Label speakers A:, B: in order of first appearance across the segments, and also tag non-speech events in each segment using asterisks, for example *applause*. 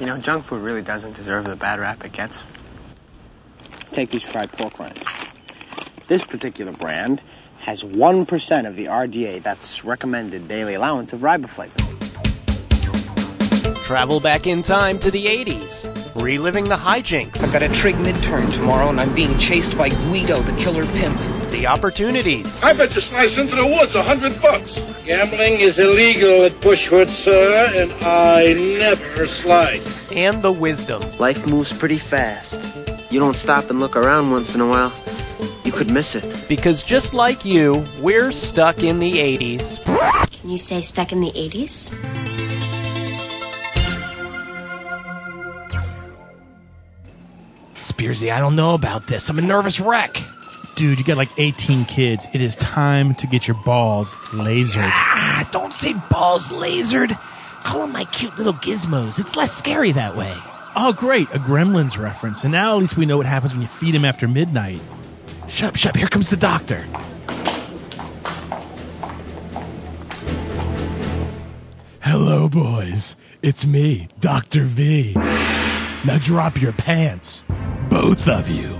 A: You know, junk food really doesn't deserve the bad rap it gets.
B: Take these fried pork rinds. This particular brand has 1% of the RDA, that's recommended daily allowance of riboflavin.
C: Travel back in time to the 80s, reliving the hijinks,
D: I've got a trig midterm tomorrow, and I'm being chased by Guido, the killer pimp.
C: the opportunities,
E: I bet you slice into the woods a hundred bucks. Gambling is illegal at Bushwood, sir, and I never slice.
C: and the wisdom.
F: Life moves pretty fast. You don't stop and look around once in a while, you could miss it.
C: Because just like you, we're stuck in the 80s.
G: Can you say stuck in the 80s?
H: Spearsy, I don't know about this. I'm a nervous wreck.
I: Dude, you got like 18 kids. It is time to get your balls lasered.
H: Ah, don't say balls lasered. Call them my cute little gizmos. It's less scary that way.
I: Oh, great. A Gremlins reference. And now at least we know what happens when you feed him after midnight.
H: Shut up, shut up. Here comes the doctor. Hello, boys. It's me, Dr. V. Now drop your pants, both of you.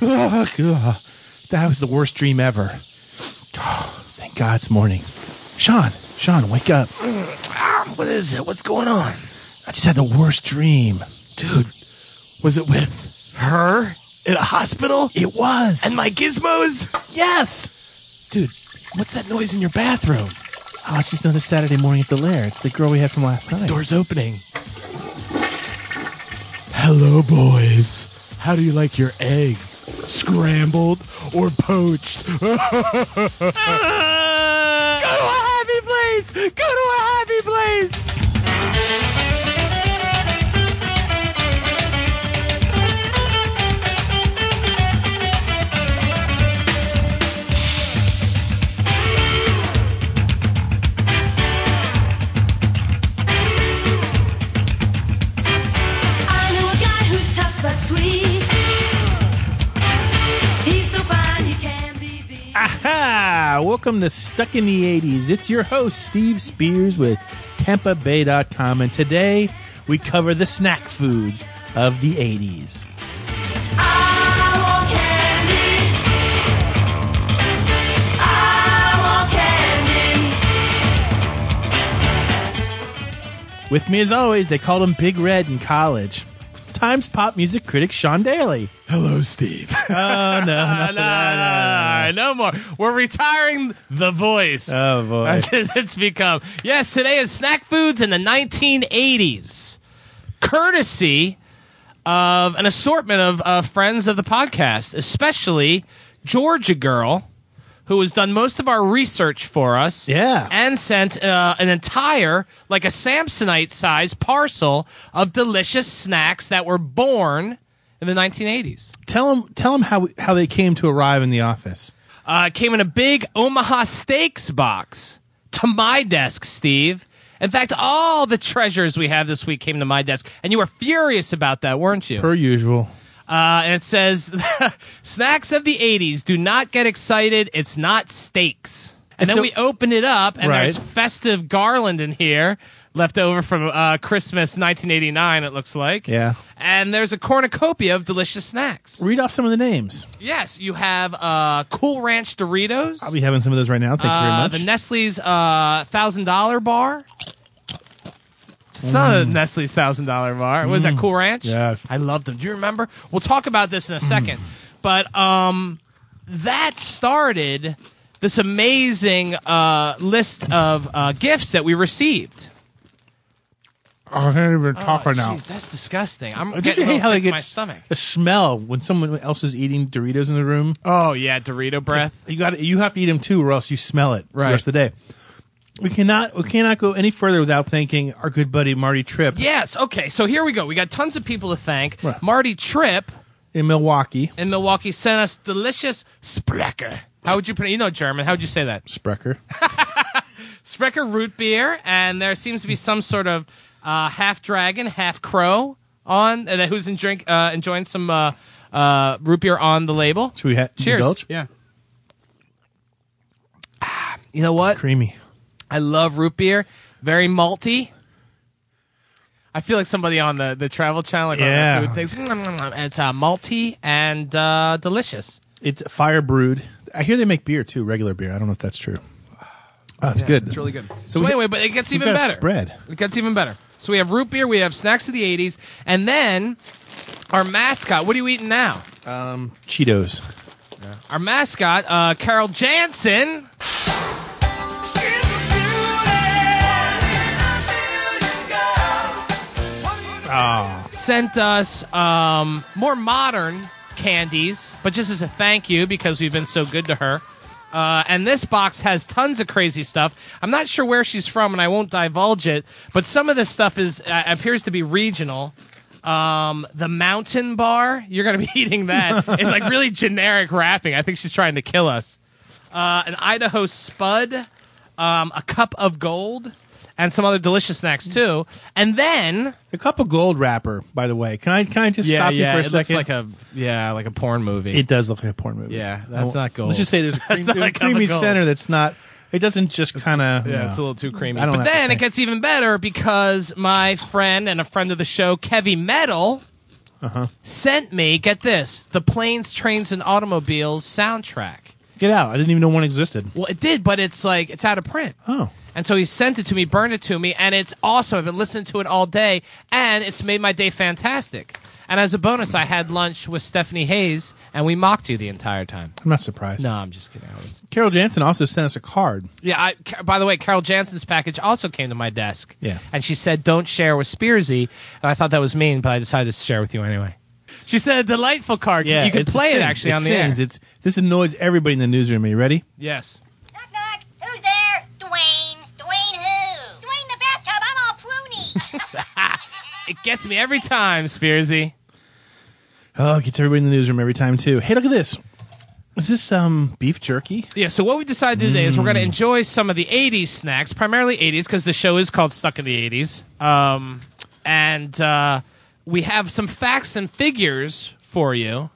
I: Ugh, ugh. that was the worst dream ever. Oh, thank God it's morning. Sean, Sean, wake up.
H: Ah, what is it? What's going on?
I: I just had the worst dream. Dude, was it with
H: Her? In a hospital?
I: It was.
H: And my gizmos?
I: yes.
H: Dude, what's that noise in your bathroom?
I: Oh, it's just another Saturday morning at the lair. It's the girl we had from last night.
H: Doors opening. Hello, boys. How do you like your eggs? Scrambled or poached? *laughs* Go to a happy place! Go to a happy place!
J: I know a guy who's tough but sweet. He's so fine he can be beat.
I: Aha! Welcome to Stuck in the 80s. It's your host, Steve Spears with TampaBay.com, and today we cover the snack foods of the 80s.
J: I want candy. I want candy.
I: With me, as always, they called him Big Red in college. Times pop music critic Sean Daly.
H: Hello, Steve.
I: *laughs* Oh, no, *laughs* no,
H: no, no more. We're retiring the voice.
I: Oh, boy.
H: As it's become. Yes, today is snack foods in the 1980s, courtesy of an assortment of uh, friends of the podcast, especially Georgia Girl, who has done most of our research for us.
I: Yeah.
H: And sent uh, an entire, like a Samsonite size parcel of delicious snacks that were born in the 1980s.
I: Tell them, tell them how, how they came to arrive in the office.
H: Uh, came in a big Omaha Steaks box to my desk, Steve. In fact, all the treasures we have this week came to my desk, and you were furious about that, weren't you?
I: Per usual.
H: Uh, and it says, *laughs* "Snacks of the '80s. Do not get excited. It's not steaks." And,
I: And
H: then
I: so-
H: we opened it up, and
I: Right.
H: there's festive garland in here, left over from uh, Christmas 1989. It looks like.
I: Yeah.
H: And there's a cornucopia of delicious snacks.
I: Read off some of the names.
H: Yes, you have uh, Cool Ranch Doritos.
I: I'll be having some of those right now. Thank
H: Uh,
I: you
H: The
I: very much.
H: Nestle's uh, thousand dollar bar. It's not a Nestle's thousand dollar bar. What is that Cool Ranch?
I: Mm. Yeah. Mm.
H: I loved them. Do you remember? We'll talk about this in a second. But um, that started this amazing uh, list of uh, gifts that we received.
I: I can't even talk
H: Oh, jeez, that's disgusting. I'm
I: Don't
H: getting
I: you
H: a
I: hate
H: little
I: how
H: sick
I: it
H: to my
I: gets
H: stomach.
I: the smell when someone else is eating Doritos in the room?
H: Oh yeah, Dorito breath.
I: You got you have to eat them too, or else you smell it
H: Right.
I: the rest of the day. We cannot we cannot go any further without thanking our good buddy Marty Tripp
H: Yes. Okay. So here we go. We got tons of people to thank.
I: Right.
H: Marty Tripp.
I: in Milwaukee.
H: in Milwaukee sent us delicious Sprecher. How would you pronounce? You know German. How would you say that?
I: Sprecher.
H: Sprecher root beer, and there seems to be some sort of uh, half dragon, half crow on uh, who's in drink uh, enjoying some uh, uh, root beer on the label.
I: Should we ha-
H: Cheers!
I: indulge?
H: Yeah. Ah, You know what?
I: Creamy.
H: I love root beer. Very malty. I feel like somebody on the, the travel channel, like
I: Yeah.
H: on the food "Mm, things. It's uh, malty and uh, delicious.
I: It's fire brewed. I hear they make beer too, regular beer. I don't know if that's true. Oh, it's good.
H: It's really good.
I: So
H: So,
I: we-
H: anyway, but it gets
I: we've
H: even
I: got a
H: better.
I: spread.
H: It gets even better. So we have root beer, we have snacks of the '80s, and then our mascot. What are you eating now?
I: Cheetos.
H: Our mascot, uh, Carol Jansen. sent us um, more modern candies, but just as a thank you because we've been so good to her. Uh, and this box has tons of crazy stuff. I'm not sure where she's from, and I won't divulge it. But some of this stuff is uh, appears to be regional. Um, the Mountain Bar, you're going to be *laughs* eating that. it's like really generic wrapping. I think she's trying to kill us. Uh, an Idaho Spud, um, a cup of gold, and some other delicious snacks too. And then
I: The cup of gold wrapper, by the way. Can I can I just stop you for a
H: it
I: second?
H: looks like a yeah, like a porn movie.
I: it does look like a porn movie.
H: Yeah,
I: I
H: that's
I: won't-
H: not gold.
I: Let's just say there's
H: *laughs*
I: a, cream,
H: not
I: there's a
H: a cup of
I: creamy
H: gold.
I: center that's not. It doesn't just kind of.
H: yeah, it's a little too creamy.
I: uh, I don't
H: But
I: have to
H: then it
I: say.
H: gets even better because my friend and a friend of the show, Kevy Metal,
I: Uh-huh.
H: sent me. Get this: the Planes, Trains, and Automobiles soundtrack.
I: Get out! I didn't even know one existed.
H: Well, it did, but it's like it's out of print.
I: Oh,
H: And so he sent it to me, burned it to me, and it's awesome. I've been listening to it all day, and it's made my day fantastic. And as a bonus, I had lunch with Stephanie Hayes, and we mocked you the entire time.
I: I'm not surprised.
H: No, I'm just kidding. I was-
I: Carol Jansen also sent us a card.
H: Yeah. I, Ca- by the way, Carol Jansen's package also came to my desk.
I: Yeah.
H: And she said, "Don't share with Spearsy," and I thought that was mean, but I decided to share with you anyway. She said, "A delightful card. you can play it
I: sings.
H: actually
I: it
H: on the
I: sings.
H: air."
I: It's this annoys everybody in the newsroom. Are you ready?
H: yes.
J: Knock, knock. Who's there? Dwayne. Dwayne who? Dwayne the bathtub. I'm all *laughs* pruny.
H: It gets me every time, Spearsy.
I: Oh, it gets everybody in the newsroom every time too. Hey, look at this. Is this um beef jerky?
H: Yeah, so what we decided to do today is we're going to enjoy some of the 80s snacks, primarily 80s, because the show is called Stuck in the 80s. Um, and uh, we have some facts and figures for you.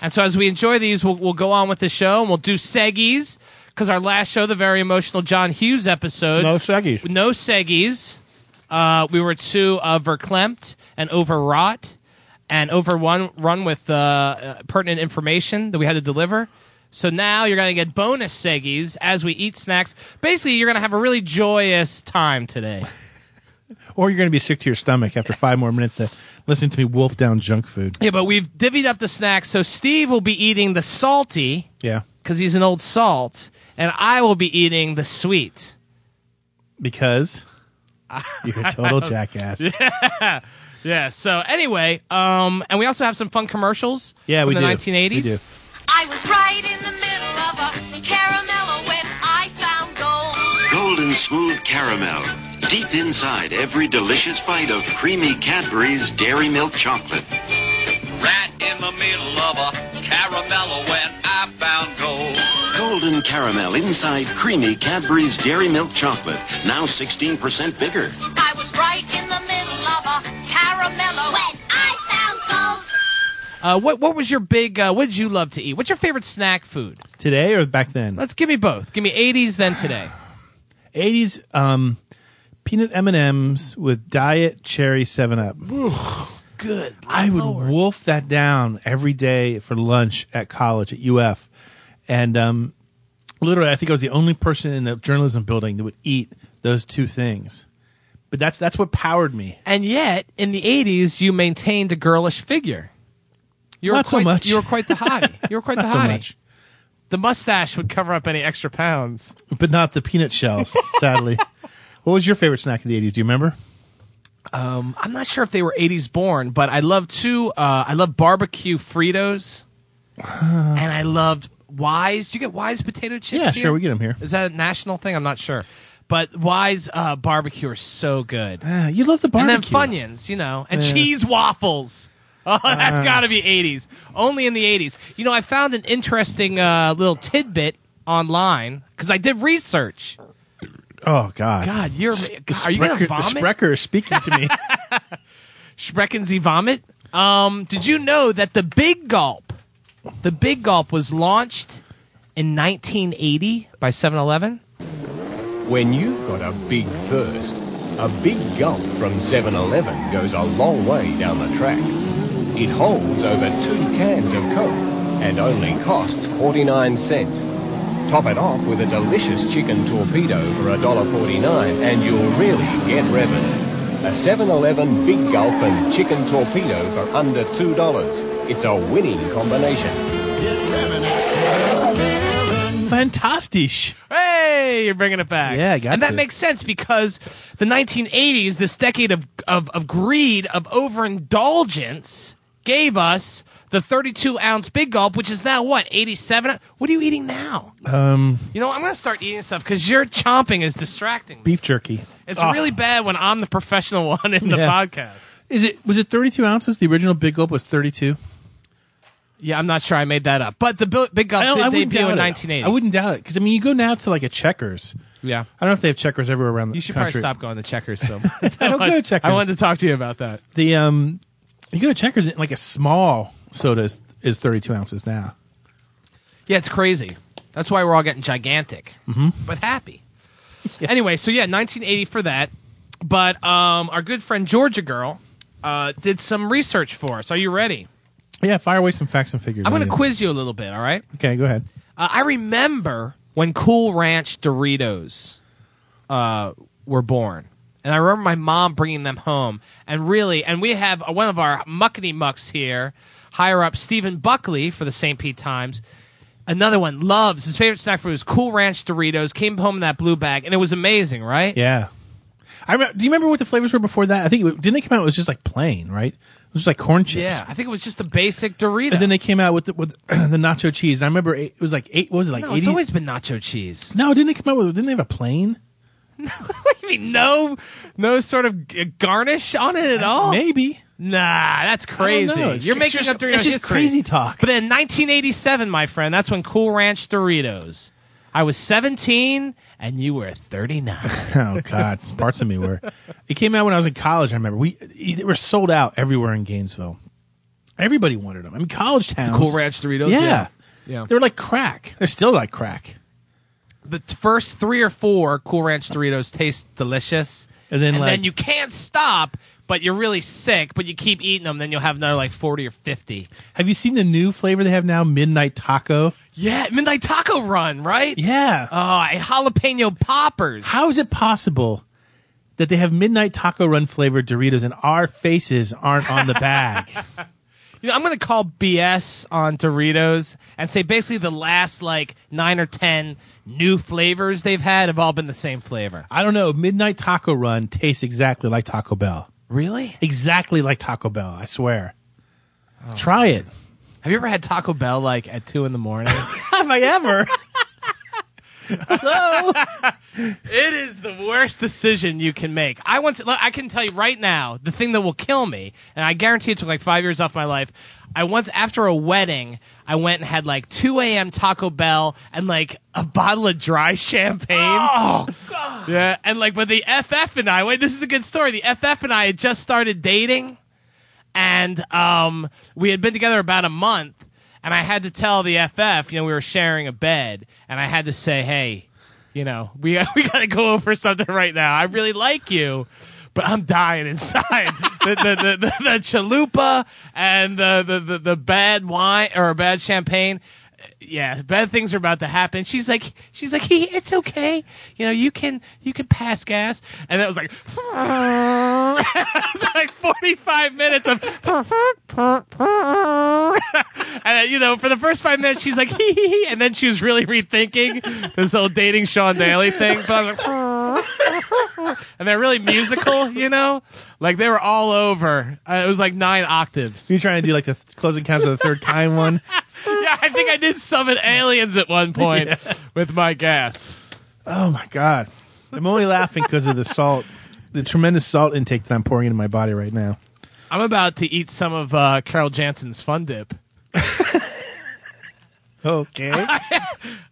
H: And so as we enjoy these, we'll, we'll go on with the show and we'll do seggies, because our last show, the very emotional John Hughes episode,
I: shaggies.
H: no seggies. Uh, we were too uh, verklempt and overwrought and overrun run with uh, uh, pertinent information that we had to deliver. So now you're going to get bonus seggies as we eat snacks. Basically, you're going to have a really joyous time *laughs* today.
I: Or you're going to be sick to your stomach after five more minutes of listening to me wolf down junk food.
H: yeah, but we've divvied up the snacks. So Steve will be eating the salty
I: Yeah,
H: because he's an old salt, and I will be eating the sweet. *laughs*
I: because you're a total jackass.
H: Yeah. So anyway, um, and we also have some fun commercials.
I: Yeah,
H: from
I: we
H: the
I: do.
H: 1980s.
I: We do.
J: I was right in the middle of a caramello when I found gold.
K: Gold and smooth caramel. Deep inside every delicious bite of creamy Cadbury's Dairy Milk Chocolate.
E: Right in the middle of a caramello when I found gold.
K: Golden caramel inside creamy Cadbury's Dairy Milk Chocolate. Now 16% bigger.
J: I was right in the middle of a caramello when I found gold.
H: Uh, what what was your big? Uh, what did you love to eat? What's your favorite snack food?
I: Today or back then?
H: Let's give me both. Give me eighties, then today.
I: 80s um, peanut M&Ms with diet cherry 7 up. *sighs* Good. I would wolf that down every day for lunch at college at UF. And um, literally I think I was the only person in the journalism building that would eat those two things. But that's that's what powered me.
H: And yet, in the eighties, you maintained a girlish figure. You were
I: Not so
H: quite,
I: much.
H: You were quite
I: *laughs*
H: the hottie. You were quite
I: Not
H: the
I: so
H: hottie.
I: much.
H: The mustache would cover up any extra pounds.
I: But not the peanut
H: *laughs*
I: shells, sadly. What was your favorite snack of the 80s? Do you remember?
H: I'm not sure if they were eighties born, but I loved two. Uh, I loved barbecue
I: *sighs*
H: Fritos, and I loved Wise. Do you get Wise potato chips?
I: Yeah,
H: here?
I: sure, we get 'em here.
H: Is that a national thing? I'm not sure, but Wise uh, barbecue are so good.
I: Uh, you love the barbecue.
H: And then Funyuns, you know, and cheese waffles. *laughs* Oh, that's got to be 80s. Only in the 80s. You know, I found an interesting uh, little tidbit online because I did research.
I: Oh, God.
H: God, you're.
I: The
H: are you going to
I: Sprecher-
H: vomit?
I: The Sprecher is speaking to
H: *laughs*
I: me.
H: Spreckensy vomit? Um, did you know that the Big Gulp, the Big Gulp was launched in 1980 by 7 Eleven?
L: When you've got a big thirst, a big gulp from 7 Eleven goes a long way down the track. It holds over two cans of Coke and only costs 49 cents. Top it off with a delicious chicken torpedo for $1.49 and you'll really get revvin'. A 7 Eleven Big Gulp and Chicken Torpedo for under $2. It's a winning combination.
I: Fantastic.
H: Hey, you're bringing it back.
I: Yeah, I got
H: And that
I: to.
H: makes sense because the 1980s, this decade of, of, of greed, of overindulgence, gave us the 32 ounce big gulp, which is now what, 87? What are you eating now?
I: Um,
H: You know, I'm going to start eating stuff because your chomping is distracting.
I: beef jerky.
H: It's
I: Oh.
H: really bad when I'm the professional *laughs* one in the
I: Yeah.
H: podcast.
I: Ah, Is it was it 32 ounces? The original Big Gulp was 32.
H: Yeah, I'm not sure I made that up, but the Bill- Big Gulp
I: I,
H: did
I: I wouldn't
H: debut in
I: doubt it.
H: 1980.
I: I wouldn't doubt it because I mean, you go now to like a Checkers.
H: Yeah.
I: I don't know if they have Checkers everywhere around the
H: You should
I: country.
H: probably stop going to
I: *laughs*
H: Checkers so *laughs*
I: I don't go to Checkers.
H: I wanted to talk to you about that.
I: The um, you go to Checkers and, like a small soda is, is 32 ounces now.
H: Yeah, it's crazy. That's why we're all getting gigantic, but happy. Anyway, so yeah, 1980 for that. But um, our good friend Georgia Girl uh, did some research for us. Are you ready?
I: Yeah, fire away some facts and figures.
H: I'm going
I: I
H: to
I: need.
H: quiz you a little bit, all right?
I: Okay, go ahead.
H: Uh, I remember when Cool Ranch Doritos uh, were born. And I remember my mom bringing them home. And really, and we have uh, one of our muckety mucks here, higher up, Stephen Buckley for the St. Pete Times. Another one loves his favorite snack food was Cool Ranch Doritos. Came home in that blue bag, and it was amazing, right?
I: Yeah, I remember. Do you remember what the flavors were before that? I think it, didn't they come out? It was just like plain, right? It was just like corn chips.
H: Yeah, I think it was just a basic Dorito.
I: And then they came out with *clears throat* the, with the nacho cheese. And I remember it, it was like eight. What was it like?
H: no,
I: 80?
H: it's always been nacho cheese. *laughs*
I: no, didn't they come out with? Didn't they have a plain?
H: I mean, no, no sort of g- garnish on it at all.
I: Maybe.
H: Nah, that's crazy.
I: know. It's
H: You're
I: just-
H: making
I: it's
H: up during
I: just- it's just crazy
H: talk. But in 1987, my friend, that's when Cool Ranch Doritos. I was 17 and you were
I: *laughs*
H: 39.
I: oh God, parts of me were. It came out when I was in college. I remember we they were sold out everywhere in Gainesville. Everybody wanted them. I mean, college towns.
H: Cool Ranch Doritos,
I: Yeah.
H: yeah. Yeah.
I: They were like crack. They're still like crack.
H: the t- first three or four Cool Ranch Doritos taste delicious,
I: And then, like-
H: you can't stop. But you're really sick, but you keep eating them, then you'll have another like 40 or 50.
I: Have you seen the new flavor they have now? Midnight taco.
H: Yeah, Midnight Taco Run, right?
I: Yeah.
H: Oh, I- jalapeno poppers.
I: How is it possible that they have midnight taco run flavored Doritos and our faces aren't on the
H: *laughs*
I: bag?
H: You know, I'm going to call BS on Doritos and say basically the last like nine or ten new flavors they've had have all been the same flavor.
I: I don't know. Midnight taco run tastes exactly like Taco Bell.
H: Really?
I: Exactly like Taco Bell. I swear.
H: Oh,
I: Try it.
H: Have you ever had Taco Bell like at two in the morning?
I: *laughs* Have I ever?
H: it is the worst decision you can make. I once look, I can tell you right now the thing that will kill me, and I guarantee it took like five years off my life. I once after a wedding, I went and had like two a.m. Taco Bell and like a bottle of dry champagne. Oh god! Yeah, and like but the FF and I wait, this is a good story. The FF and I had just started dating and um, we had been together about a month, and I had to tell the FF, you know, we were sharing a bed, and I had to say, hey, you know, we *laughs* we got to go over something right now. I really like you, but I'm dying inside. *laughs* the, the, the, the the chalupa and the, the the the bad wine or bad champagne. Yeah, bad things are about to happen. She's like, she's like, he, it's okay. You know, you can, you can pass gas. And that was like, it's like 45 minutes of *laughs* and uh, you know for the first five minutes she's like *laughs* hee hee hee and then she was really rethinking this whole dating sean daly thing but i was like *laughs* and they're really musical you know like they were all over uh, it was like nine octaves *laughs*
I: You're trying to do like the th- closing counts of the third kind one.
H: yeah i think i did summon aliens at one *laughs* point with my gas
I: Oh my god! I'm only laughing because of the salt, the tremendous salt intake that I'm pouring into my body right now.
H: i'm about to eat some of uh, carol jansen's fun dip
I: Okay.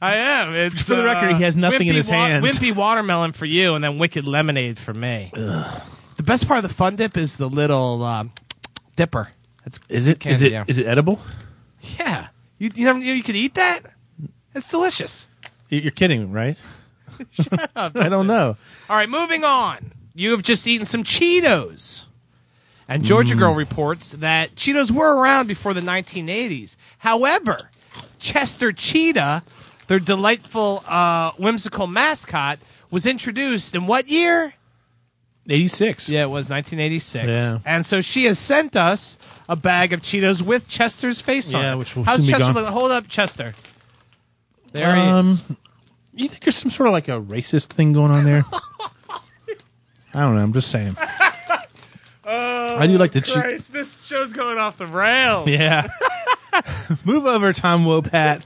H: I am. It's,
I: For the record, he has nothing in
H: wimpy
I: his hands.
H: Wimpy watermelon for you, and then wicked lemonade for me. The best part of the fun dip is the little um, dipper. That's
I: Is it?
H: candy,
I: Is it?
H: yeah.
I: Is it edible?
H: yeah. You you, never knew you could eat that? It's delicious.
I: You- You're kidding, right? I don't know.
H: All right, moving on. You have just eaten some Cheetos. And Georgia
I: Mm.
H: Girl reports that Cheetos were around before the 1980s. However, Chester Cheetah, their delightful, uh, whimsical mascot, was introduced in what year?
I: 86.
H: Yeah, it was 1986.
I: Yeah.
H: And so she has sent us a bag of Cheetos with Chester's face on it.
I: Yeah, which will
H: How's
I: soon be
H: Chester
I: gone. Um,
H: look- Hold up, Chester. There he is.
I: You think there's some sort of like a racist thing going on
H: *laughs*
I: there? I don't know. I'm just saying.
H: Oh,
I: I do like the che-
H: Christ, this show's going off the rails. *laughs*
I: Yeah. Move over, Tom Wopat.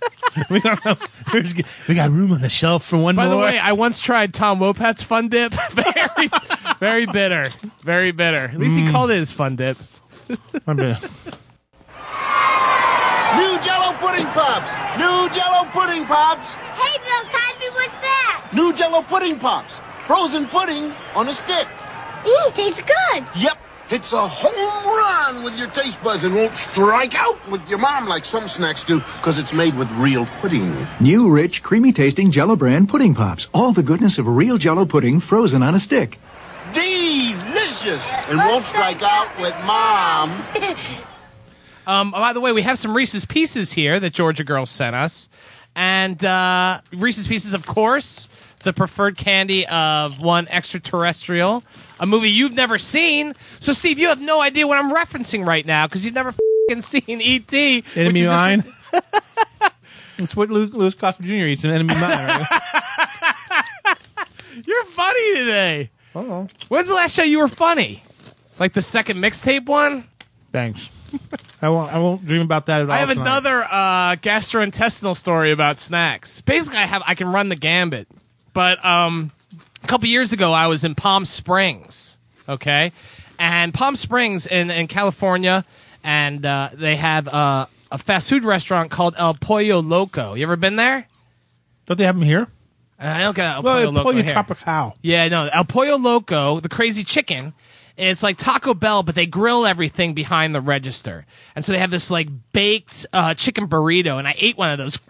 I: *laughs* we, don't know. There's g- we got room on the shelf for one
H: By
I: more.
H: the way, I once tried Tom Wopat's fun dip. *laughs* very, very bitter. Very bitter. At least he
I: Mm.
H: called it his fun dip.
I: I'm gonna-
M: New Jello pudding pops. New Jello pudding pops.
J: Hey, Bill Cosby, what's that?
M: New Jello pudding pops. Frozen pudding on a stick.
J: Ooh, tastes good.
M: Yep, it's a home run with your taste buds and won't strike out with your mom like some snacks do, 'cause it's made with real pudding.
N: New, rich, creamy tasting Jello brand pudding pops. All the goodness of real Jello pudding frozen on a stick.
M: Delicious and won't strike out with mom.
H: Um, by the way, we have some Reese's Pieces here that Georgia Girl sent us. And uh, Reese's Pieces, of course, the preferred candy of one extraterrestrial, a movie you've never seen. So, Steve, you have no idea what I'm referencing right now because you've never fing seen E.T. which
I: enemy
H: is just-
I: mine. *laughs* That's what Lu- Louis Costa Jr. eats. An enemy mine. right?
H: You're funny today.
I: Oh,
H: When's the last show you were funny? Like the second mixtape one?
I: *laughs* thanks. I won't. I won't dream about that at all.
H: I have
I: tonight.
H: another uh, gastrointestinal story about snacks. Basically, I have I can run the gambit. But um, a couple years ago, I was in Palm Springs. Okay, and Palm Springs in in California, and uh, they have uh, a fast food restaurant called El Pollo Loco. You ever been there? Uh,
I: Don't they have them here?
H: I don't got El
I: Well,
H: Pollo
I: they
H: Loco
I: pull you
H: here.
I: tropical.
H: Yeah, no, El Pollo Loco, the crazy chicken. It's like Taco Bell, but they grill everything behind the register, and so they have this like baked uh, chicken burrito. And I ate one of those *laughs*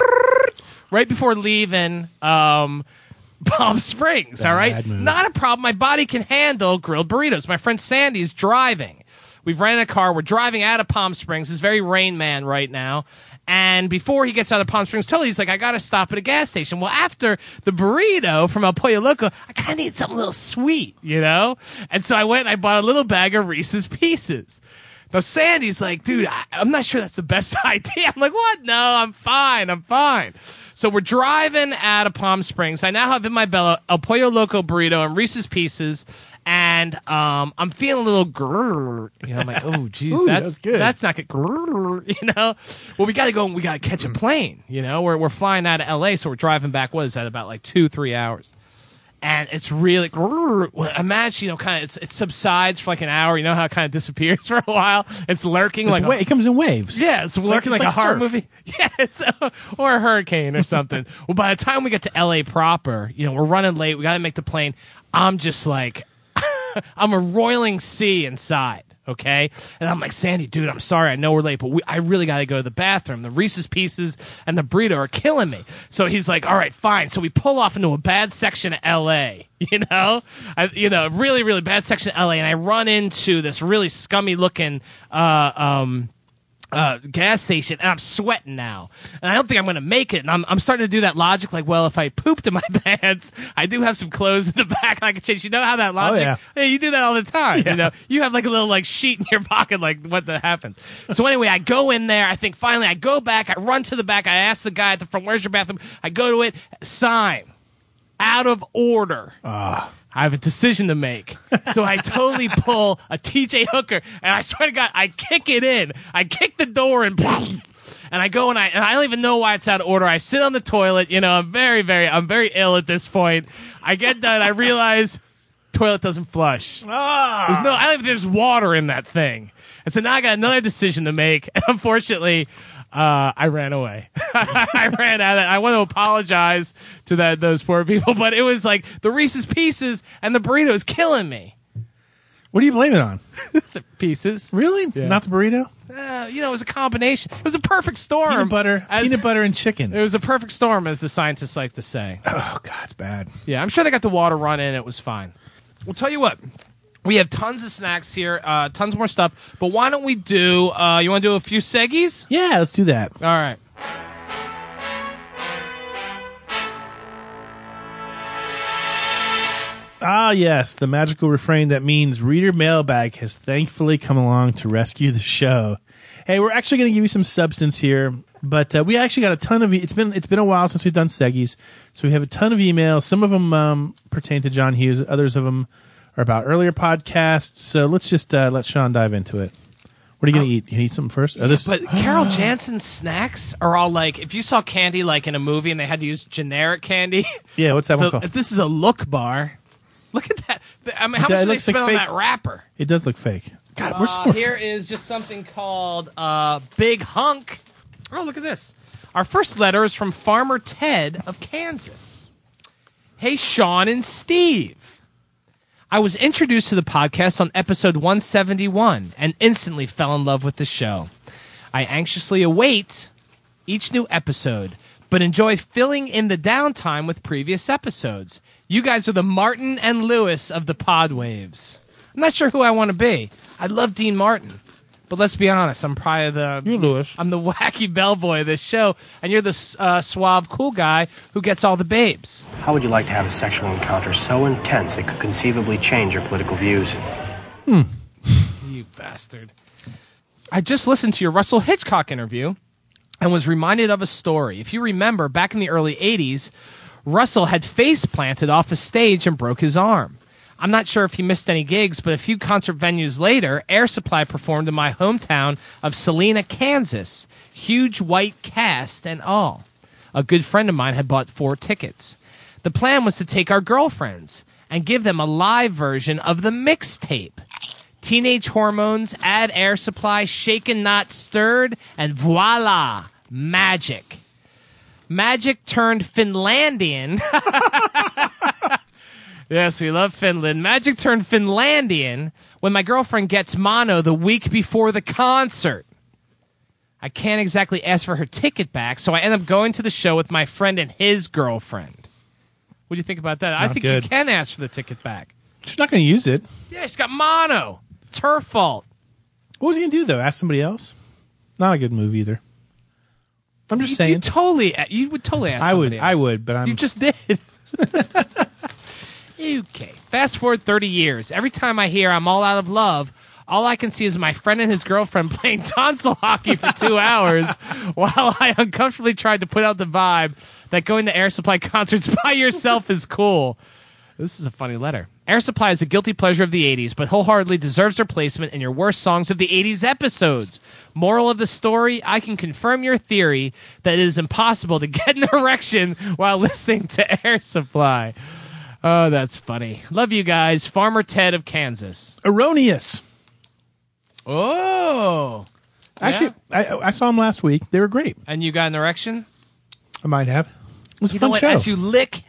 H: right before leaving um, *laughs* Palm Springs. all right,
I: Bad move.
H: not a problem. My body can handle grilled burritos. My friend Sandy is driving. We've rented a car. We're driving out of Palm Springs. It's very Rain Man right now. And before he gets out of Palm Springs, totally, he's like, I got to stop at a gas station. Well, after the burrito from El Pollo Loco, I kind of need something a little sweet, you know? And so I went and I bought a little bag of Reese's Pieces. Now, Sandy's like, dude, I, I'm not sure that's the best *laughs* idea. I'm like, what? No, I'm fine. I'm fine. So we're driving out of Palm Springs. I now have in my belly a Pollo Loco burrito and Reese's Pieces. And um, I'm feeling a little grrr. You know, I'm
I: *laughs*
H: like, oh, geez,
I: Ooh,
H: that's,
I: that's good.
H: That's not good. Grrr, *laughs* you know? Well, we got to go and we got to catch a
I: Mm.
H: plane. You know, we're, we're flying out of LA. So we're driving back, what is that, about like two, three hours? and it's really well, imagine you know kind of it's, it subsides for like an hour you know how it kind of disappears *laughs* for a while it's lurking
I: It's
H: like a-
I: wa- it comes in waves.
H: yeah it's lurking like,
I: it's like
H: a
I: surf.
H: horror movie *laughs* yeah it's, or a hurricane or something well by the time we get to la proper you know we're running late we gotta make the plane i'm just like *laughs* i'm a roiling sea inside okay and i'm like sandy dude i'm sorry i know we're late but we, i really gotta go to the bathroom the reese's pieces and the burrito are killing me so he's like all right fine so we pull off into a bad section of la *laughs* you know I, you know really really bad section of la and i run into this really scummy looking uh, um, uh, gas station and I'm sweating now. And I don't think I'm going to make it. And I'm, I'm starting to do that logic like, well, if I pooped in my *laughs* pants, I do have some clothes in the back I can change. You know how that logic?
I: yeah.
H: you do that all the time. You know, you have like a little like sheet in your *laughs* pocket, like what the happens. so anyway, I go in there. I think finally I go back. I run to the back. I ask the guy at the front, where's your bathroom? I go to it. Sign out of order. I have a decision to make. So I totally pull a TJ Hooker, and I swear to God, I kick it in. I kick the door and. *laughs* And I go and I and I don't even know why it's out of order. I sit on the toilet, you know. I'm very, very, I'm very ill at this point. I get done. I realize toilet doesn't flush. There's
I: Uh.
H: no, I don't even, there's water in that thing. And so now I got another decision to make. *laughs* And unfortunately, uh, I ran away. *laughs* I ran out of it. I want to apologize to that those poor people, but it was like the Reese's Pieces and the burrito is killing me.
I: What do you blame it on?
H: pieces.
I: Really? Not the burrito?
H: Uh, you know, it was a combination. It was a perfect storm.
I: Peanut butter, peanut butter and chicken.
H: It was a perfect storm, as the scientists like to say.
I: Oh God, it's bad.
H: Yeah, I'm sure they got the water run in. It was fine. We'll tell you what. We have tons of snacks here, uh, tons more stuff. But why don't we do? Uh, you want to do a few seggies?
I: Yeah, let's do that.
H: All right.
I: Ah, yes, the magical refrain that means reader mailbag has thankfully come along to rescue the show. Hey, we're actually going to give you some substance here, but uh, we actually got a ton of. E- it's been it's been a while since we've done seggies, so we have a ton of emails. Some of them um, pertain to John Hughes, others of them are about earlier podcasts. So let's just uh, let Sean dive into it. What are you going to eat? You gonna eat something first? Oh, this-
H: But Carol Jansen's snacks are all like if you saw candy like in a movie and they had to use generic candy.
I: *gasps*
H: *laughs*
I: yeah, what's that one
H: the-
I: called?
H: This is a look bar. Look at that. I mean, how
I: It
H: much do they
I: looks like
H: spend on
I: fake-
H: that wrapper?
I: It does look fake. God, we're
H: Uh,
I: so-
H: here is just something called uh, Big Hunk. Oh, look at this. Our first letter is from Farmer Ted of Kansas. Hey, Sean and Steve. I was introduced to the podcast on episode 171 and instantly fell in love with the show. I anxiously await each new episode, but enjoy filling in the downtime with previous episodes. You guys are the Martin and Lewis of the pod waves. I'm not sure who I want to be. I love Dean Martin, but let's be honest, I'm probably the you're
I: Lewis.
H: I'm the *laughs* wacky bellboy of this show, and you're the uh, suave, cool guy who gets all the babes.
A: How would you like to have a sexual encounter so intense it could conceivably change your political views?
H: You bastard. I just listened to your Russell Hitchcock interview and was reminded of a story. If you remember, back in the early 80s, Russell had face planted off a stage and broke his arm. I'm not sure if he missed any gigs, but a few concert venues later, Air Supply performed in my hometown of Salina, Kansas. Huge white cast and all. A good friend of mine had bought four tickets. The plan was to take our girlfriends and give them a live version of the mixtape. Teenage hormones, add air supply, shaken, not stirred, and voila, magic. Magic turned Finlandian. *laughs* yes, we love Finland. Magic turned Finlandian when my girlfriend gets mono the week before the concert. I can't exactly ask for her ticket back, so I end up going to the show with my friend and his girlfriend. What do you think about that? I
I: Not
H: think
I: good.
H: you can ask for the ticket back.
I: She's not going to use it.
H: Yeah, she's got mono. It's her fault.
I: What was he going to do though? Ask somebody else. Not a good move either. I'm just
H: You-
I: saying.
H: You totally, you would totally ask.
I: I would.
H: somebody
I: I
H: else.
I: would. But I'm.
H: You just did. *laughs* okay. Fast forward 30 years. Every time I hear I'm all out of love, all I can see is my friend and his girlfriend *laughs* playing tonsil hockey for two hours *laughs* while I uncomfortably tried to put out the vibe that going to air supply *laughs* concerts by yourself is cool. This is a funny letter. Air Supply is a guilty pleasure of the 80s, but wholeheartedly deserves their placement in your worst songs of the 80s episodes. Moral of the story I can confirm your theory that it is impossible to get an *laughs* erection while listening to Air Supply. Oh, that's funny. Love you guys. Farmer Ted of Kansas.
I: erroneous.
H: Oh.
I: Actually, I, I saw them last week. They were great.
H: And you got an erection?
I: I might have. It was a
H: you know
I: fun
H: what?
I: show.
H: As you lick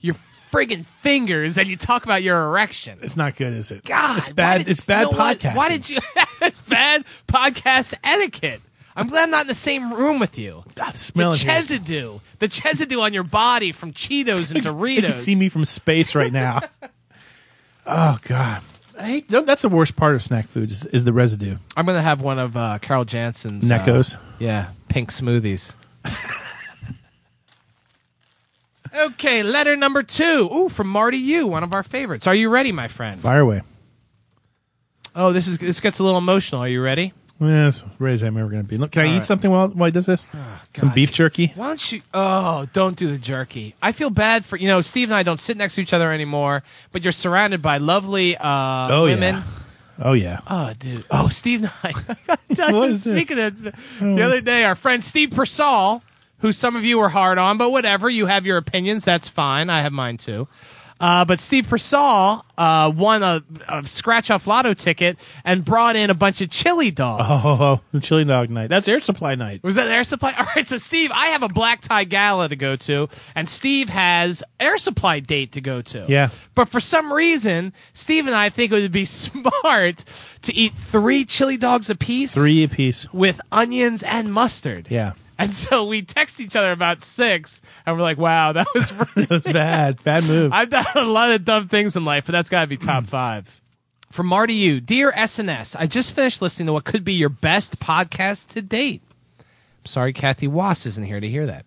H: your friggin' fingers and you talk about your erection.
I: it's not good, is it?
H: God,
I: it's bad.
H: why did-
I: it's bad
H: you know what?
I: podcasting.
H: Why did you? *laughs* it's bad podcast etiquette. I'm glad I'm not in the same room with you.
I: God, the smell
H: the
I: in here is-
H: chesidoo, the chesidoo on your body from Cheetos and Doritos.
I: They can see me from space right now.
H: *laughs*
I: oh God, I hate. no, That's the worst part of snack foods is, is the residue.
H: I'm gonna have one of uh, Carol Jansen's uh,
I: Neckos.
H: yeah,
I: *laughs*
H: pink smoothies. okay, letter number two. Ooh, from Marty, you one of our favorites. Are you ready, my friend?
I: Fire away.
H: Oh, this is this gets a little emotional. Are you ready?
I: Yeah, that's as I'm ever going to be. Look, can I
H: All
I: eat
H: right. Oh,
I: something while while he does this? Some beef jerky.
H: Why don't you? Oh, don't do the jerky. I feel bad for you know Steve and I don't sit next to each other anymore, but you're surrounded by lovely uh,
I: oh
H: women.
I: yeah. Oh yeah.
H: Oh, dude. Oh, Steve Knight.
I: *laughs* What is this? Oh.
H: Speaking of the other day, our friend Steve Persall, who some of you were hard on, but whatever, you have your opinions. That's fine. I have mine too. Uh, but Steve Persall uh, won a, a scratch off lotto ticket and brought in a bunch of chili dogs.
I: Oh, *laughs* the chili dog night. That's air supply night.
H: Was that air supply? *laughs* All right, so Steve, I have a black tie gala to go to, and Steve has air supply date to go to.
I: Yeah.
H: But for some reason, Steve and I think it would be *laughs* smart to eat three chili dogs apiece
I: Three apiece.
H: with onions and mustard.
I: Yeah. *laughs*
H: And so we text each other about six, and we're like, "Wow, that was *laughs* that was
I: bad, bad move."
H: I've done a lot of dumb things in life, but that's got to be top five. From Marty, you, dear SNS, I just finished listening to what could be your best podcast to date. I'm sorry, Kathy Wass isn't here to hear that.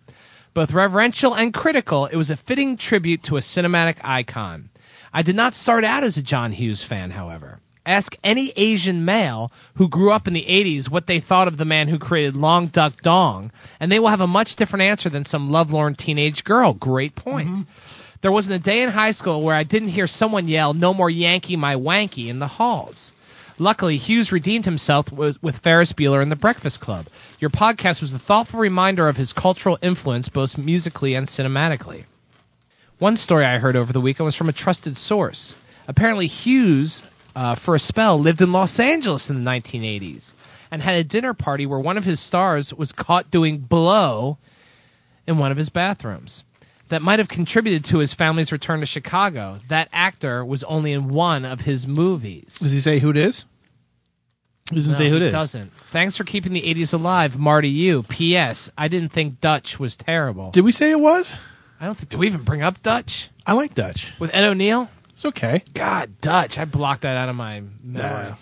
H: Both reverential and critical, it was a fitting tribute to a cinematic icon. I did not start out as a John Hughes fan, however. Ask any Asian male who grew up in the 80s what they thought of the man who created Long Duck Dong, and they will have a much different answer than some lovelorn teenage girl. Great point. There wasn't a day in high school where I didn't hear someone yell, No more Yankee, my wanky, in the halls. Luckily, Hughes redeemed himself with, with Ferris Bueller and the Breakfast Club. Your podcast was a thoughtful reminder of his cultural influence, both musically and cinematically. One story I heard over the weekend was from a trusted source. Apparently, Hughes, uh, for a spell, lived in Los Angeles in the 1980s and had a dinner party where one of his stars was caught doing blow in one of his bathrooms. That might have contributed to his family's return to Chicago. That actor was only in one of his movies.
I: Does he say who it is? He doesn't
H: No,
I: say who it
H: he
I: is.
H: Doesn't. Thanks for keeping the '80s alive, Marty. You. P.S. I didn't think Dutch was terrible.
I: Did we say it was?
H: I don't think. Do we even bring up Dutch
I: I like Dutch.
H: with Ed O'Neill?
I: It's okay.
H: God, Dutch. I blocked that out of my memory.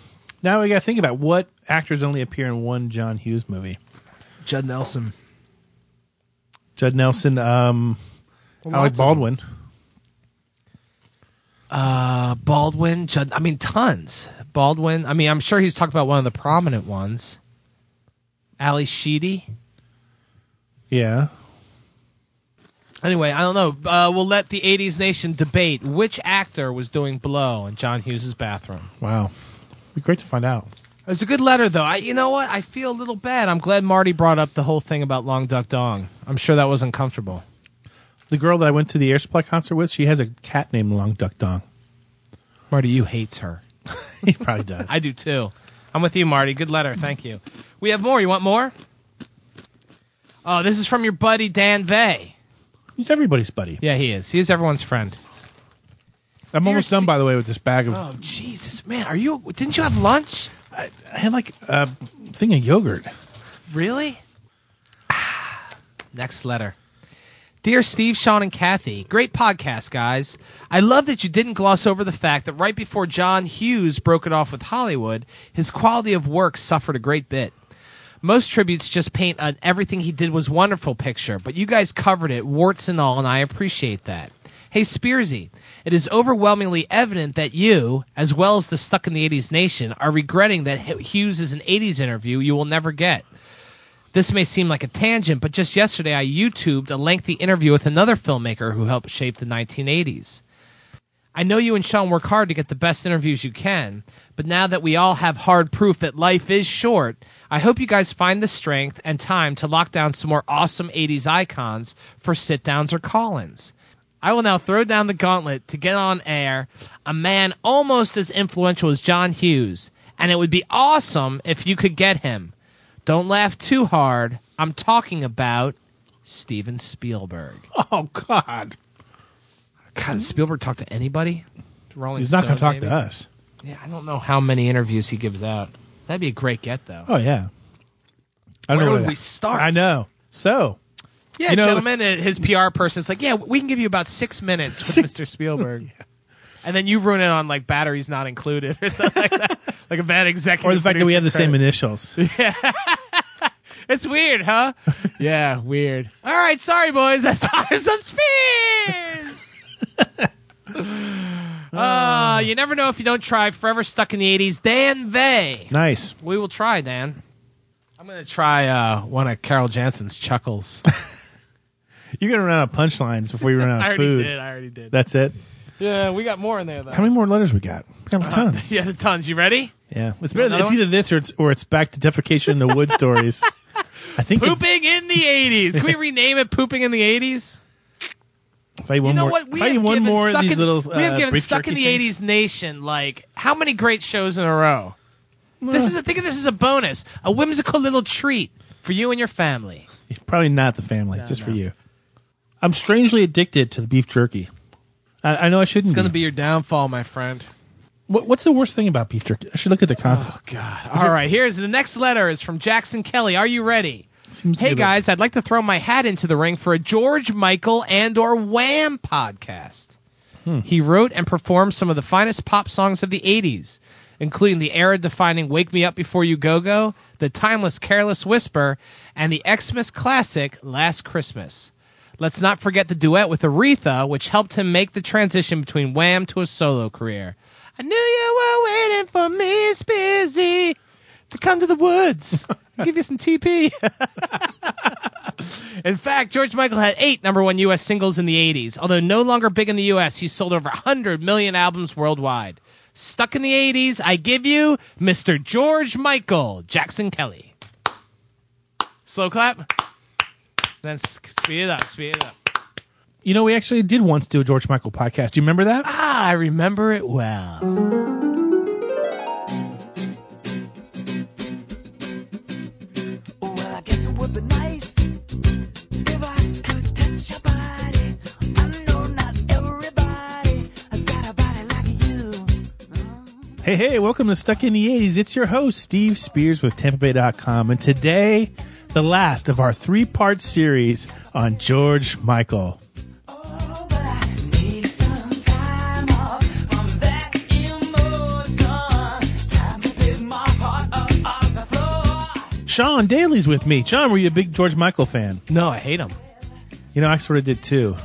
I: Now we got to think about what actors only appear in one John Hughes movie.
H: Judd Nelson.
I: Judd Nelson, um,
H: Well,
I: Alec
H: lots of them.
I: Baldwin.
H: Uh, Baldwin. Judd. I mean, tons. Baldwin. I mean, I'm sure he's talked about one of the prominent ones. Ali Sheedy.
I: Yeah.
H: Anyway, I don't know. Uh, we'll let the '80s nation debate which actor was doing blow in John Hughes' bathroom.
I: Wow. Be great to find out.
H: It's a good letter, though. I, you know what? I feel a little bad. I'm glad Marty brought up the whole thing about Long Duck Dong. I'm sure that was uncomfortable.
I: The girl that I went to the Air Supply concert with, she has a cat named Long Duck Dong. *laughs*
H: Marty, you hates her.
I: he probably does.
H: I do too. I'm with you, Marty. Good letter. Thank you. We have more. You want more? Oh, this is from your buddy Dan Vay.
I: He's everybody's buddy.
H: Yeah, he is. He is everyone's friend.
I: I'm
H: Dear
I: almost done,
H: Ste-
I: by the way, with this bag of.
H: Oh, Jesus, man, are you? Didn't you have lunch?
I: I had like a thing of yogurt. *laughs*
H: Really? Ah, Next letter. Dear Steve, Sean, and Kathy, great podcast, guys. I love that you didn't gloss over the fact that right before John Hughes broke it off with Hollywood, his quality of work suffered a great bit. Most tributes just paint an everything he did was wonderful picture, but you guys covered it, warts and all, and I appreciate that. Hey, Spearsy, it is overwhelmingly evident that you, as well as the Stuck in the 80s Nation, are regretting that Hughes is an 80s interview you will never get. This may seem like a tangent, but just yesterday I YouTubed a lengthy interview with another filmmaker who helped shape the 1980s. I know you and Sean work hard to get the best interviews you can, but now that we all have hard proof that life is short, I hope you guys find the strength and time to lock down some more awesome 80s icons for sit downs or call ins. I will now throw down the gauntlet to get on air a man almost as influential as John Hughes, and it would be awesome if you could get him. Don't laugh too hard. I'm talking about Steven Spielberg.
I: Oh God!
H: God, does Spielberg talk to anybody? Rolling
I: He's not going to
H: Stone,
I: talk to
H: maybe?
I: us.
H: Yeah, I don't know how many interviews he gives out. That'd be a great get, though.
I: Oh yeah. I don't
H: Where
I: know
H: would
I: what-
H: we start?
I: I know. So
H: Yeah,
I: You know-
H: gentlemen, uh, his PR person's like, yeah, we can give you about six minutes
I: *laughs*
H: with Mr. Spielberg. And then you ruin it on like batteries not included or *laughs* something like that, like a bad executive.
I: or the fact that we have the same
H: *laughs*
I: initials.
H: same. It's weird,
I: *laughs*
H: huh? yeah, weird. All right, sorry boys, *laughs* that's times of
I: *laughs*
H: spears. uh, you never know if you don't try. Forever stuck in the '80s. Dan Vay.
I: nice.
H: We will try, Dan. I'm gonna try uh, one of Carol Jansen's *laughs* chuckles.
I: Uh, You're going to run out of punchlines before
H: *laughs*
I: you run out of
H: I already
I: food.
H: did, I already did.
I: That's it.
H: yeah, we got more in there though.
I: How many more letters we got? We got tons.
H: *laughs* Uh-huh. Yeah, the tons. You ready?
I: Yeah, it's better. Than,
H: Another
I: it's
H: one?
I: either this or it's or it's back to defecation in the wood
H: *laughs*
I: stories. I think the- *laughs*
H: Pooping in the 80s. Can we rename it Pooping in the 80s?
I: If I eat one
H: you know
I: more,
H: what? We
I: if I eat
H: have
I: one
H: given
I: more
H: stuck
I: of these
H: in,
I: little,
H: we have
I: uh,
H: given
I: beef
H: stuck in
I: jerky
H: the
I: things.
H: '80s nation like how many great shows in a row? This is a, think of this as a bonus, a whimsical little treat for you and your family.
I: Probably not the family, just for you. I'm strangely addicted to the beef jerky. I, I know I shouldn't.
H: It's going to
I: be.
H: be your downfall, my friend.
I: What, what's the worst thing about beef jerky? I should look at the content. Oh
H: God! All right, here's the next letter is from Jackson Kelly. Are you ready?
I: be
H: Hey
I: about-
H: guys, I'd like to throw my hat into the ring for a George Michael and or Wham podcast. He wrote and performed some of the finest pop songs of the 80s, including the era-defining Wake Me Up Before You Go Go, the timeless Careless Whisper, and the Xmas classic Last Christmas. Let's not forget the duet with Aretha, which helped him make the transition between Wham to a solo career. I knew you were waiting for me, Spizzy, to come to the woods. I'll give you some TP. *laughs* in fact, George Michael had eight number one U.S. singles in the 80s. Although no longer big in the U.S., he sold over 100 million albums worldwide. Stuck in the 80s, I give you Mr. George Michael, Jackson Kelly. Slow clap. Then s- speed it up, speed it up.
I: You know, we actually did once do a George Michael podcast. Do you remember that?
H: Ah, I remember it well.
O: Well, I guess it would be nice if I could touch your body. I know not everybody has got a body like you.
I: Hey, hey, welcome to Stuck in the 80s. It's your host, Steve Spears with TampaBay.com. And today, the last of our three part series on George Michael.
O: Oh, Need some time off from that emotion. Time to pick my heart up off the floor.
I: Sean Daly's with me. Sean, were you a big George Michael fan?
H: No, I hate him.
I: You know, I sort of did too.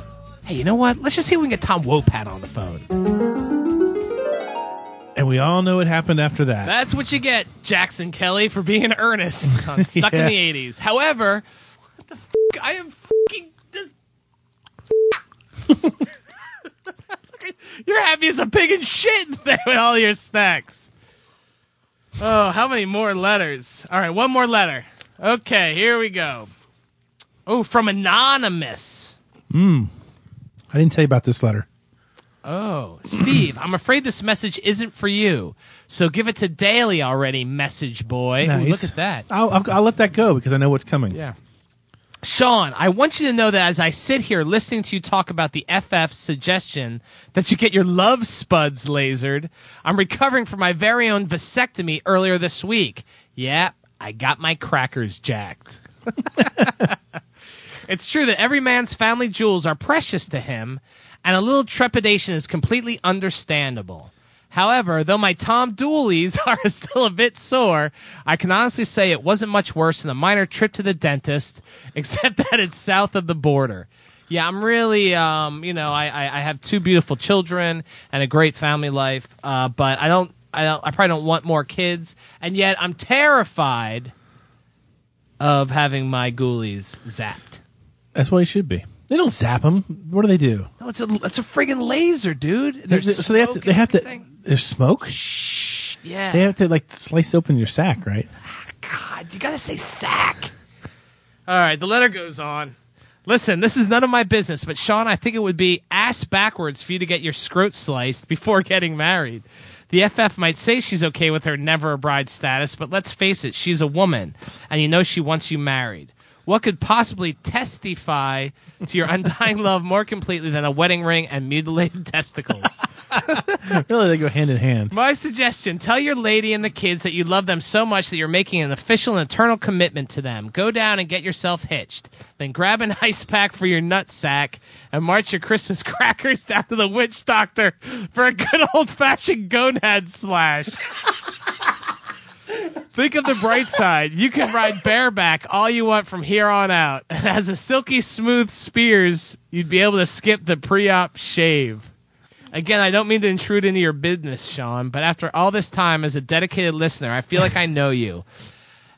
H: Hey, you know what? Let's just see if we can get Tom Wopat on the phone.
I: And we all know what happened after that.
H: That's what you get, Jackson Kelly, for being
I: *laughs*
H: earnest on Stuck
I: Yeah.
H: in the 80s. However, what the f- I am fucking just. *laughs* You're happy as a pig in shit *laughs* there with all your snacks. Oh, how many more letters? All right, one more letter. Okay, here we go. Oh, from Anonymous.
I: Mm. I didn't tell you about this letter.
H: Oh, Steve, I'm afraid this message isn't for you. So give it to Daily already, message boy. Ooh,
I: Nice.
H: look at that.
I: I'll, I'll, I'll let that go because I know what's coming.
H: Yeah. Sean, I want you to know that as I sit here listening to you talk about the FF suggestion that you get your love spuds lasered, I'm recovering from my very own vasectomy earlier this week. Yep, I got my crackers jacked. It's true that every man's family jewels are precious to him, and a little trepidation is completely understandable. However, though my Tom Dooley's *laughs* are still a bit sore, I can honestly say it wasn't much worse than a minor trip to the dentist, *laughs* except that it's south of the border. Yeah, I'm really, um, you know, I, I, I have two beautiful children and a great family life, uh, but I don't, I don't, I probably don't want more kids, and yet I'm terrified of having my ghoulies zapped.
I: That's what he should be. They don't zap him. What do they do?
H: No, it's a it's a friggin' laser, dude.
I: They-
H: There's
I: they- so they have to.
H: smoke
I: They have
H: and
I: to. There's smoke.
H: Yeah.
I: They have to like slice open your sack, right? *laughs*
H: God, you gotta say sack. All right, the letter goes on. Listen, this is none of my business, but Sean, I think it would be ass backwards for you to get your scrot sliced before *laughs* getting married. The FF might say she's okay with her never a bride status, but let's face it, she's a woman, and you know she wants you married. What could possibly testify to your *laughs* undying love more completely than a wedding ring and mutilated testicles?
I: really, they go hand in hand.
H: *laughs* My suggestion tell your lady and the kids that you love them so much that you're making an official and eternal commitment to them. Go down and get yourself hitched. Then grab an *laughs* ice pack for your nut sack and march your Christmas *laughs* crackers down to the witch doctor for a good old fashioned gonad slash. *laughs* Think of the bright side. You can ride bareback all you want from here on out. And as a silky smooth Spears, you'd be able to skip the pre op shave. Again, I don't mean to intrude into your business, Sean, but after all this time as a dedicated listener, I feel like I know you.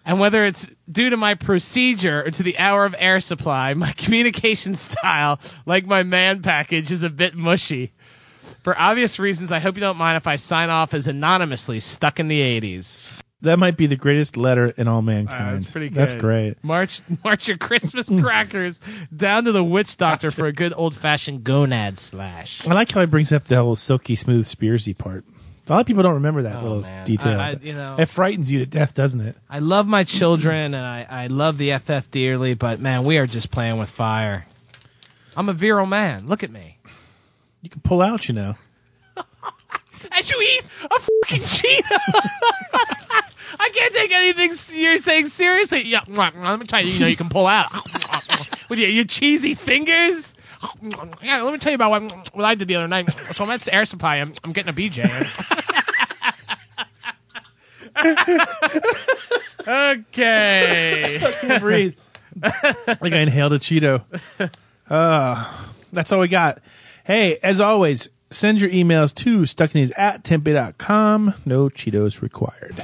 H: And whether it's due to my procedure or to the hour of air supply, my *laughs* communication style, like my man package, is a bit mushy. For obvious reasons, I hope you don't mind if I sign off as anonymously stuck in the 80s.
I: That might be the greatest letter in all mankind.
H: Ah, that's pretty good.
I: That's great.
H: March *laughs* march your Christmas crackers down to the witch doctor for a good old fashioned gonad slash.
I: I like how he brings up the whole silky smooth Spearsy part. A lot of people don't remember that little detail.
H: Oh, I- I- you know-
I: it frightens you to death, doesn't it?
H: I love my children and I, I love the FF dearly, but man, we are just playing with fire. I'm a virile man. Look at me.
I: You can pull out, you know.
H: As you eat a fucking cheetah. *laughs* I can't take anything s- you're saying seriously. Yeah, mwah, mwah, let me tell you, you know, you can pull out. *laughs* With your, your cheesy fingers. Yeah, let me tell you about what, what I did the other night. So I'm at Air Supply. I'm, I'm getting a *laughs* BJ. okay.
I: breathe. I think I inhaled a Cheeto. Uh, that's all we got. Hey, as always, send your emails to stucknees at tempe.com. No Cheetos required.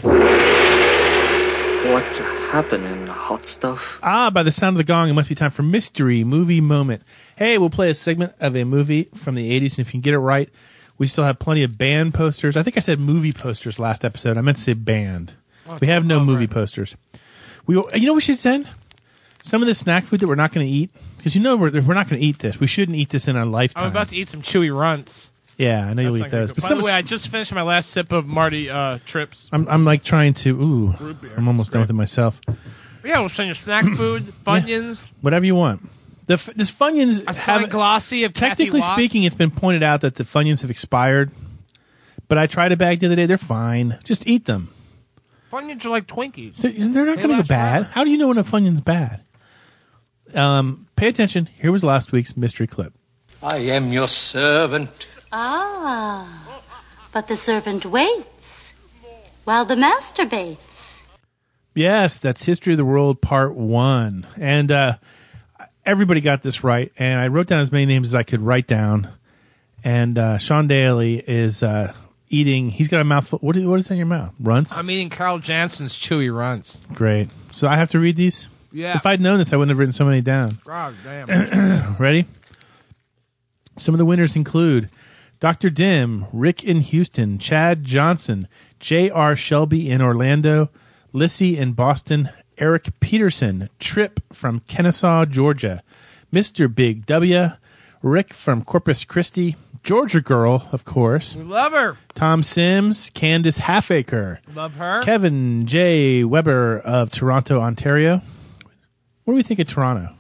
P: What's happening, hot stuff?
I: Ah, by the sound of the gong, it must be time for Mystery Movie Moment. Hey, we'll play a segment of a movie from the 80s, and if you can get it right, we still have plenty of band posters. I think I said movie posters last episode. I meant to say band. We have no movie posters. We, will- You know what we should send? Some of the snack food that we're not going to eat. Because you know we're, we're not going to eat this. We shouldn't eat this in our lifetime.
H: I'm about to eat some chewy runts.
I: yeah, I know you'll eat
H: That's not
I: those.
H: good.
I: But
H: By
I: some,
H: the way, I just finished my last sip of Marty uh, Trips.
I: I'm, I'm like trying to, ooh,
H: Root beer.
I: I'm almost done with it myself.
H: Yeah, we'll send
I: *clears throat*
H: you snack food, Funyuns.
I: Whatever you want. The, f- this Funyuns
H: I saw a glossy of Kathy
I: technically
H: Watts.
I: speaking, it's been pointed out that the Funyuns have expired, but I tried a bag the other day. They're fine. Just eat them.
H: Funyuns are like Twinkies.
I: They're, they're not
H: They
I: going to go
H: last
I: bad.
H: forever.
I: How do you know when a Funyun's bad? Um, pay attention. Here was last week's mystery clip.
Q: I am your servant.
R: Ah, but the servant waits while the master baits.
I: Yes, that's History of the World Part One, and uh, everybody got this right. And I wrote down as many names as I could write down. And uh, Sean Daly is uh, eating. He's got a mouthful. What is, what is in your mouth? Runts.
H: I'm eating Carl Jansen's chewy runts.
I: Great. So I have to read these.
H: Yeah.
I: If I'd known this, I wouldn't have written so many down.
H: God
I: *clears throat*
H: damn.
I: Ready? Some of the winners include Dr. Dim, Rick in Houston, Chad Johnson, J.R. Shelby in Orlando, Lissy in Boston, Eric Peterson, Trip from Kennesaw, Georgia, Mr. Big W, Rick from Corpus Christi, Georgia Girl, of course,
H: We love her.
I: Tom Sims, Candace Halfaker,
H: Love her.
I: Kevin J. Weber of Toronto, Ontario. What do we think of Toronto?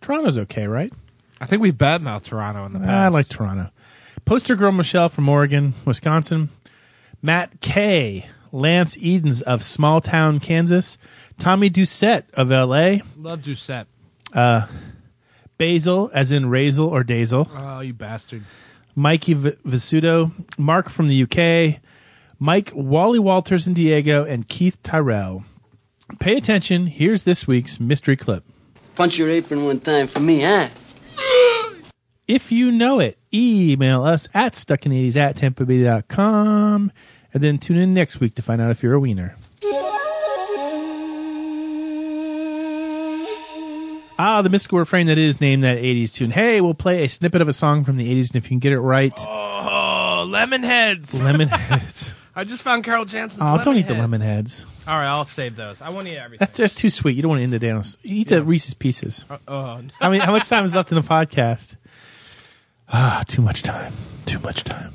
I: Toronto's okay, right?
H: I think we badmouthed Toronto in the past.
I: I like Toronto. Poster girl Michelle from Oregon, Wisconsin. Matt K. Lance Edens of Small Town, Kansas. Tommy Doucette of L.A.
H: Love Doucette.
I: Uh, Basil, as in Razel or Dazel.
H: Oh, you bastard.
I: Mikey v- Vasudo, Mark from the UK, Mike Wally Walters in Diego, and Keith Tyrell. Pay attention. Here's this week's mystery clip.
S: Punch your apron one time for me, huh?
I: *gasps* If you know it, email us at stuckin80s at tempobay.com and then tune in next week to find out if you're a wiener. Ah, the mystical refrain that is named that 80s tune. Hey, we'll play a snippet of a song from the 80s, and if you can get it right,
H: Oh, lemon heads.
I: *laughs* lemon heads.
H: I just found Carl Jansen's.
I: oh, don't eat the
H: Lemonheads.
I: lemon heads.
H: All right, I'll save those. I won't eat everything.
I: That's just too sweet. You don't want to end the day on. s- Eat the Reese's Pieces.
H: Uh, oh, no.
I: I mean, how much time is left in the podcast? *sighs* Ah, too much time. Too much time.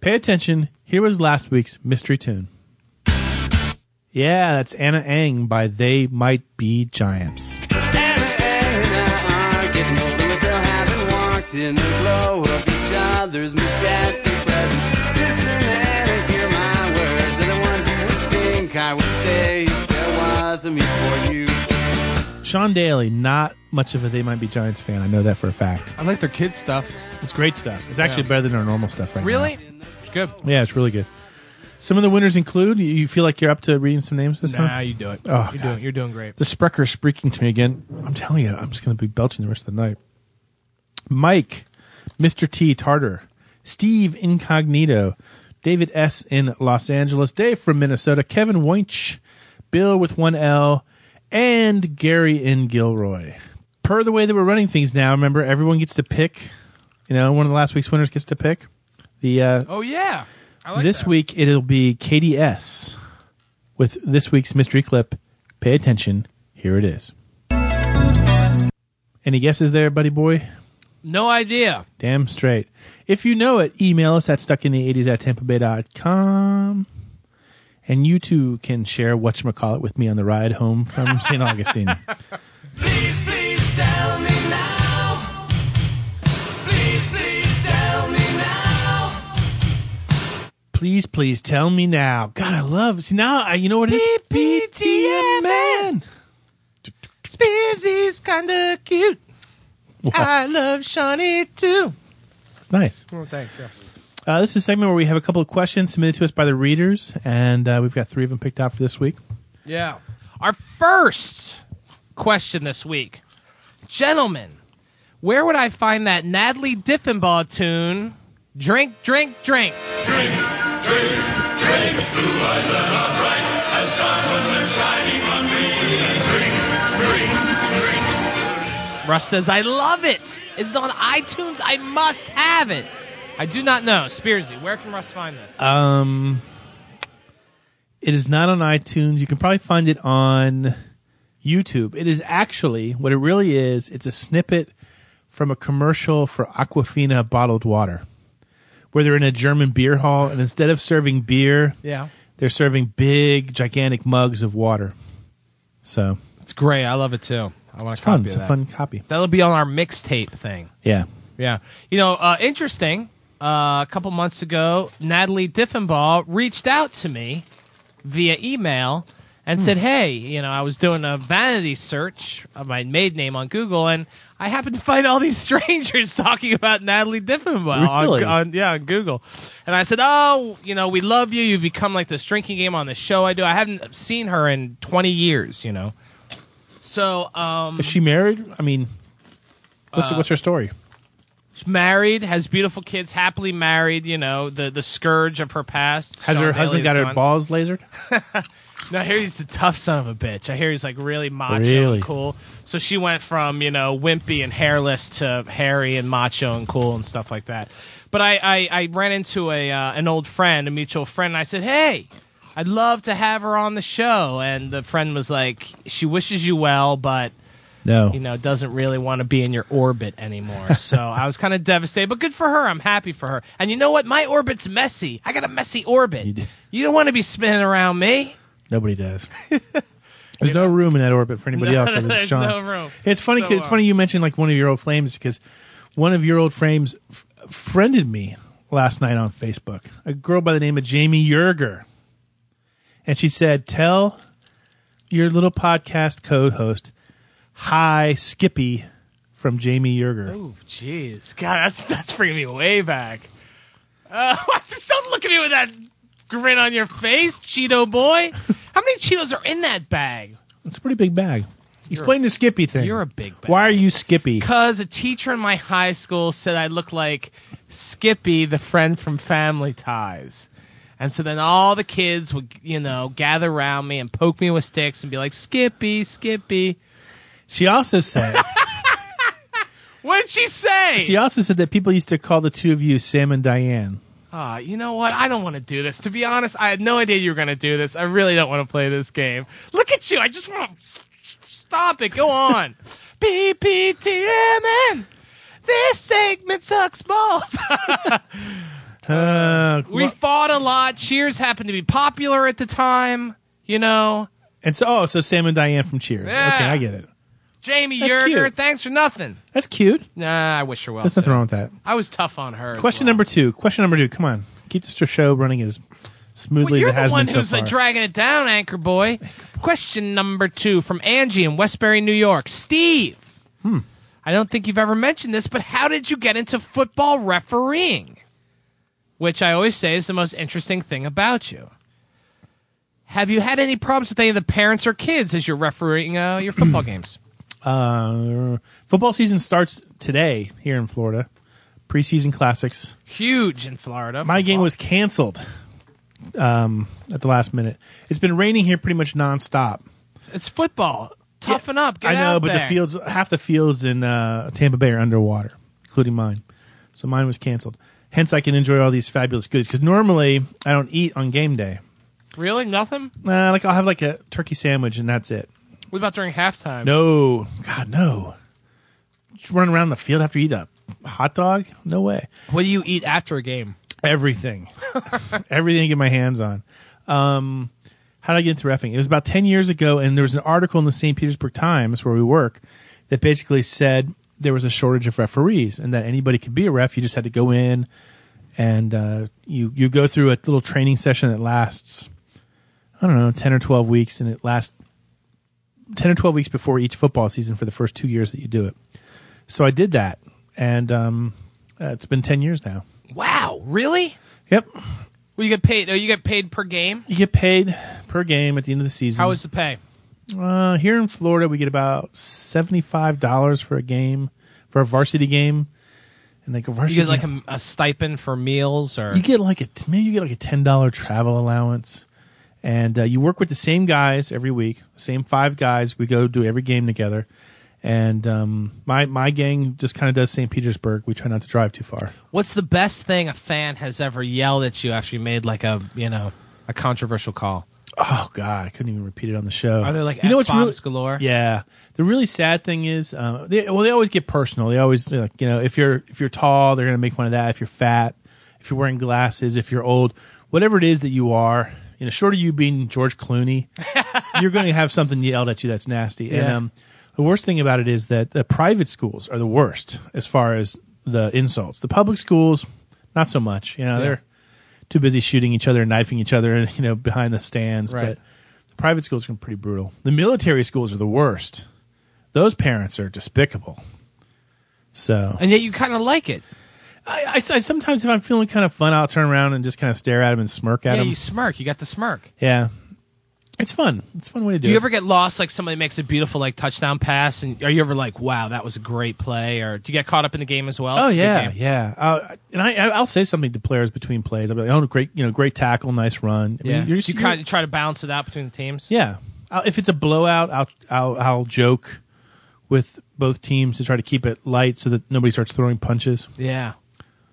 I: Pay attention. Here was last week's mystery tune. Yeah, that's Anna Ang by They Might Be Giants.
O: still haven't walked in the glow of each other's majestic presence. Listen and hear my words, and the ones you would think I would say if there was a me for you.
I: Sean Daly, not much of a They Might Be Giants fan. I know that for a fact.
H: I like their kids stuff.
I: It's great stuff. It's actually
H: Yeah.
I: better than our normal stuff right now.
H: Really? It's good.
I: Yeah, it's really good. Some of the winners include. You- You feel like you're up to reading some names this
H: Nah,
I: time?
H: you do it.
I: Oh,
H: you're
I: God.
H: doing. You're doing great.
I: The Sprecker's speaking to me again. I'm telling you, I'm just going to be belching the rest of the night. Mike, Mr. T. Tartar, Steve Incognito, David S. in Los Angeles, Dave from Minnesota, Kevin Winch, Bill with one L, and Gary in Gilroy. Per the way that we're running things now, remember everyone gets to pick. You know, one of the last week's winners gets to pick the uh,
H: Oh yeah. I like
I: this
H: that.
I: week it'll be KDS with this week's mystery clip. Pay attention. Here it is. Any guesses there, buddy boy?
H: No idea.
I: Damn straight. If you know it, email us at stuckinthe80s at tampabay.com. And you too can share whatchamacallit with me on the ride home
O: *laughs*
I: from St. Augustine.
O: Please, please tell me now. Please, please tell me now.
I: Please, please tell me now. God, I love. See now, I, you know what it is. PPTMN.
H: Spizzy's kind of cute. I love Shawnee too.
I: It's nice.
H: Well, thank you.
I: Uh, this is a segment where we have a couple of questions submitted to us by the readers, and uh, we've got three of them picked out for this week.
H: Yeah. Our first question this week. Gentlemen, where would I find that Natalie Diffenbaugh tune? Drink, drink, drink.
O: Drink, drink, drink. Blue eyes are not bright as stars when they're shining on me. Drink, drink, drink.
H: Russ says, I love it. Is it on iTunes? I must have it. I do not know. Spearsy, where can Russ find this?
I: Um, it is not on iTunes. You can probably find it on YouTube. It is actually what it really is. It's a snippet from a commercial for Aquafina bottled water, where they're in a German beer hall, and instead of serving beer,
H: Yeah.
I: they're serving big, gigantic mugs of water. So
H: It's great. I love it too. I want
I: It's
H: to
I: fun.
H: copy
I: It's a
H: of that.
I: fun copy.
H: That'll be on our mixtape thing.
I: yeah,
H: Yeah. You know, uh, interesting. Uh, a couple months ago, Natalie Diffenbaugh reached out to me via email and said, Hey, you know, I was doing a vanity search of my maid name on Google and I happened to find all these *laughs* strangers talking about Natalie Diffenbaugh
I: Really?
H: on, on yeah, on Google. And I said, Oh, you know, we love you. You've become like this drinking game on the show I do. I haven't seen her in twenty years, you know. So um
I: is she married? I mean, what's
H: Uh,
I: what's her story?
H: She's married, has beautiful kids, happily married. You know the the scourge of her past.
I: Has
H: Sean
I: her
H: Bailey
I: husband
H: is
I: got her
H: gone.
I: balls lasered?
H: No, I hear he's a tough son of a bitch. I hear he's like really macho
I: Really?
H: and cool. So she went from you know wimpy and hairless to hairy and macho and cool and stuff like that. But I I, I ran into a uh, an old friend, a mutual friend, and I said, hey. I'd love to have her on the show, and the friend was like, "She wishes you well, but
I: No.
H: you know, doesn't really want to be in your orbit *laughs* anymore. So I was kind of devastated, but good for her. I'm happy for her. And you know what? My orbit's messy. I got a messy orbit. You, don't want to be spinning around me.
I: Nobody
H: *laughs*
I: does. There's no room in that orbit for anybody
H: No,
I: else. Other than
H: there's
I: Sean.
H: no room.
I: It's funny.
H: So, uh,
I: it's funny you mentioned like one of your old flames because one of your old frames f- friended me last night on Facebook. A girl by the name of Jamie Yerger, and she said, "Tell your little podcast co-host, hi Skippy from Jamie Yerger."
H: Oh, jeez, God, that's that's bringing me way back. *laughs* Uh, *laughs* just don't look at me with that grin on your face, Cheeto *laughs* boy. How many Cheetos are in that bag?
I: It's a pretty big bag. Explain the Skippy thing.
H: you're a big bag.
I: Why are you Skippy?
H: Because a teacher in my high school said I look like Skippy, the friend from Family Ties. And so then all the kids would, you know, gather around me and poke me with sticks and be like, Skippy, Skippy.
I: She also said.
H: What'd she say?
I: She also said that people used to call the two of you Sam and Diane.
H: Ah, you know what? I don't want to do this. To be honest, I had no idea you were going to do this. I really don't want to play this game. Look at you. I just want to stop it. Go *laughs* on. PPTMN. This segment sucks balls. *laughs*
I: Uh,
H: we fought a lot. Cheers happened to be popular at the time. You know,
I: and so, oh, so Sam and Diane from Cheers.
H: Yeah.
I: Okay, I get it.
H: Jamie
I: That's
H: Yerger,
I: cute.
H: thanks for nothing.
I: That's cute.
H: Nah, I wish her well.
I: There's nothing
H: too.
I: wrong with that.
H: I was tough on her. as
I: Question number two. Question number two. Come on, keep this show running as
H: well,
I: smoothly
H: you're
I: as it
H: the
I: has
H: one
I: been
H: who's
I: so far.
H: like dragging it down, anchor boy. Question number two from Angie in Westbury, New York. Steve,
I: Hmm.
H: I don't think you've ever mentioned this, but how did you get into football refereeing? Which I always say is the most interesting thing about you. Have you had any problems with any of the parents or kids as you're refereeing uh,
I: *clears throat*
H: your football games?
I: uh, football season starts today here in Florida. Preseason classics.
H: Huge in Florida.
I: My game was canceled um, at the last minute. It's been raining here pretty much nonstop.
H: It's football. Toughen up. Get
I: I know,
H: out
I: but the
H: there.
I: fields, half the fields in uh, Tampa Bay are underwater, including mine. So mine was canceled. Hence, I can enjoy all these fabulous goods because normally I don't eat on game day.
H: Really? Nothing?
I: Nah, like I'll have like a turkey sandwich and that's it.
H: What about during halftime?
I: No, God, no. Just run around the field after you eat a hot dog? No way.
H: What do you eat after a game?
I: Everything, *laughs* everything I get my hands on. Um, how did I get into refing? It was about ten years ago, and there was an article in the St. Petersburg Times where we work that basically said there was a shortage of referees and that anybody could be a ref. You just had to go in and uh, you you go through a little training session that lasts I don't know ten or twelve weeks, and it lasts 10 or 12 weeks before each football season for the first two years that you do it. So I did that, and um, uh, it's been 10 years now.
H: Wow, really?
I: Yep.
H: Well, you get paid. Oh, you get paid per game.
I: You get paid per game at the end of the season.
H: How is the pay?
I: Uh, here in Florida, we get about $75 for a game, for a varsity game. And like a
H: You
I: varsity
H: get like a, a stipend for meals, or
I: you get like a t- maybe you get like a ten dollar travel allowance, and uh, you work with the same guys every week, same five guys. We go do every game together, and um, my my gang just kind of does St. Petersburg. We try not to drive too far.
H: What's the best thing a fan has ever yelled at you after you made like a you know a controversial call?
I: Oh God, I couldn't even repeat it on the show.
H: Are there like
I: you know what's really
H: F-bombs galore?
I: Yeah, the really sad thing is, uh, they, well, they always get personal. They always they're like you know if you're if you're tall, they're gonna make fun of that. If you're fat, if you're wearing glasses, if you're old, whatever it is that you are, you know, short of you being George
H: *laughs*
I: Clooney, you're gonna have something yelled at you that's nasty. And
T: Yeah.
I: um, the worst thing about it is that the private schools are the worst as far as the insults. The public schools, not so much. You know,
T: Yeah.
I: they're too busy shooting each other and knifing each other, *laughs* you know, behind the stands.
T: Right.
I: But the private schools are pretty brutal. The military schools are the worst. Those parents are despicable. So,
H: and yet you kind of like it.
I: I, I, I sometimes if I'm feeling kind of fun, I'll turn around and just kind of stare at them and smirk at
H: yeah,
I: them.
H: you smirk. You got the smirk.
I: yeah, it's fun. It's a fun way to do.
H: Do you
I: it.
H: ever get lost? Like somebody makes a beautiful like touchdown pass, and are you ever like, "Wow, that was a great play"? Or do you get caught up in the game as well?
I: Oh
H: It's a good
I: yeah,
H: game.
I: yeah. Uh, and I, I- I'll say something to players between plays. I'll be like, "Oh, great, you know, great tackle, nice run." I mean,
H: yeah.
I: you're
H: you
I: just-
H: kind of try to balance it out between the teams.
I: Yeah. I'll, if it's a blowout, I'll, I'll I'll joke with both teams to try to keep it light so that nobody starts throwing punches.
H: yeah.